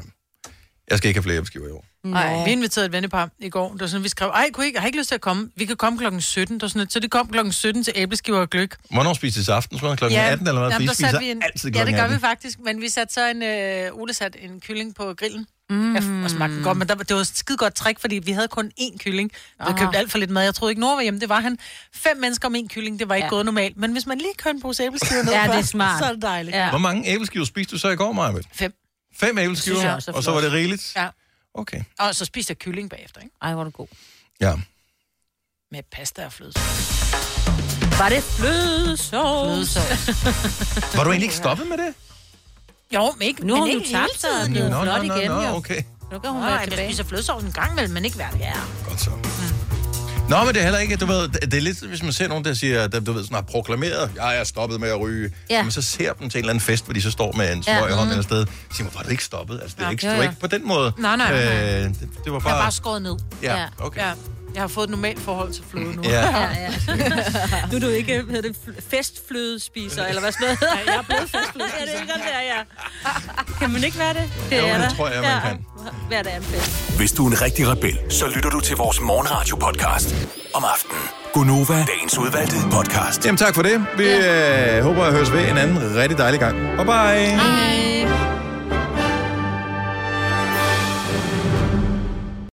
A: Jeg skal ikke have flere æbleskiver i år.
B: Nej, vi inviterede et vennepar i går. Det var sådan, vi skrev, ej, kunne I ikke, jeg har ikke lyst til at komme. Vi kan komme klokken 17. Det var sådan, lidt. så det kom klokken 17 til æbleskiver og gløk.
A: Hvornår spiser de aften? Kl. 18 eller hvad?
B: jamen,
A: vi
B: der
A: spiser
B: satte vi en,
A: altid
B: Ja,
A: klokken
B: det gør
A: 18.
B: vi faktisk. Men vi satte så en... Øh, Ole satte en kylling på grillen. Mm. Jeg, og smagte den godt, men der, det var et skide godt trick, fordi vi havde kun én kylling. Vi havde
C: Aha.
B: købt alt for lidt mad. Jeg troede ikke, Nora var hjemme. Det var han. Fem mennesker om én kylling, det var ikke
C: Ja.
B: ja. gået normalt. Men hvis man lige kører en pose æbleskiver ned
C: Ja, det er
B: først,
C: smart.
B: så er det dejligt.
A: Hvor mange æbleskiver spiste du så i går, Maja?
B: Fem.
A: Fem
B: Det synes jeg
A: æbleskiver,
B: også er
A: og så var
B: flot.
A: det rigeligt?
B: Ja.
A: Okay.
B: Og så spiste jeg kylling bagefter, ikke?
C: Ej, hvor er du god.
A: Ja.
B: Med pasta og fløde.
C: Var det flødesovs?
A: Var du egentlig ikke stoppet med det?
B: Jo, men ikke,
C: Nu
B: men
C: har hun
B: ikke
C: jo
B: hele
C: tabt sig.
B: tiden.
C: Den er jo
A: Nå, nå,
C: flot
A: nå,
C: igen,
A: nå,
C: jo.
A: okay.
C: Nu kan
B: Nå,
C: hun
B: Nå,
C: være
B: jeg
C: tilbage.
B: spiser flødesovs en gang imellem, men ikke hver dag. Mm. Ja.
A: Godt så. Nå, men det er heller ikke, du ved, det er lidt, hvis man ser nogen, der siger, der, du ved, sådan har proklameret, jeg er stoppet med at ryge,
C: Ja.
A: men så ser dem til en eller anden fest, hvor de så står med en smøg
B: Ja,
A: i hånden
B: mm.
A: eller sted, siger man, var du ikke stoppet? Altså, det, er
B: Ja,
A: ikke,
B: ja,
A: det var
B: ja.
A: ikke på den måde.
B: Nej, nej, nej.
A: Øh, det, det var
B: Jeg har
A: bare...
B: bare skåret ned.
A: Ja, okay.
B: Ja. Jeg har fået et normalt forhold til fløde nu.
A: Ja. Ja,
C: ja. Nu er du ikke hedder det, fl- festflødespiser, eller hvad sådan noget hedder.
B: Ja, jeg er blevet festflødespiser.
C: Ja, det er godt der, ja. Kan man ikke være det? Det
N: Jo,
C: er
N: det
C: der.
N: tror jeg, man
C: ja.
N: kan.
C: Hver dag er en fest.
N: Hvis du er en rigtig rebel, så lytter du til vores morgenradio-podcast om aftenen. Gunova, dagens udvalgte podcast.
A: Jamen tak for det. Vi øh, håber at høres ved en anden rigtig dejlig gang. Bye bye. Hej.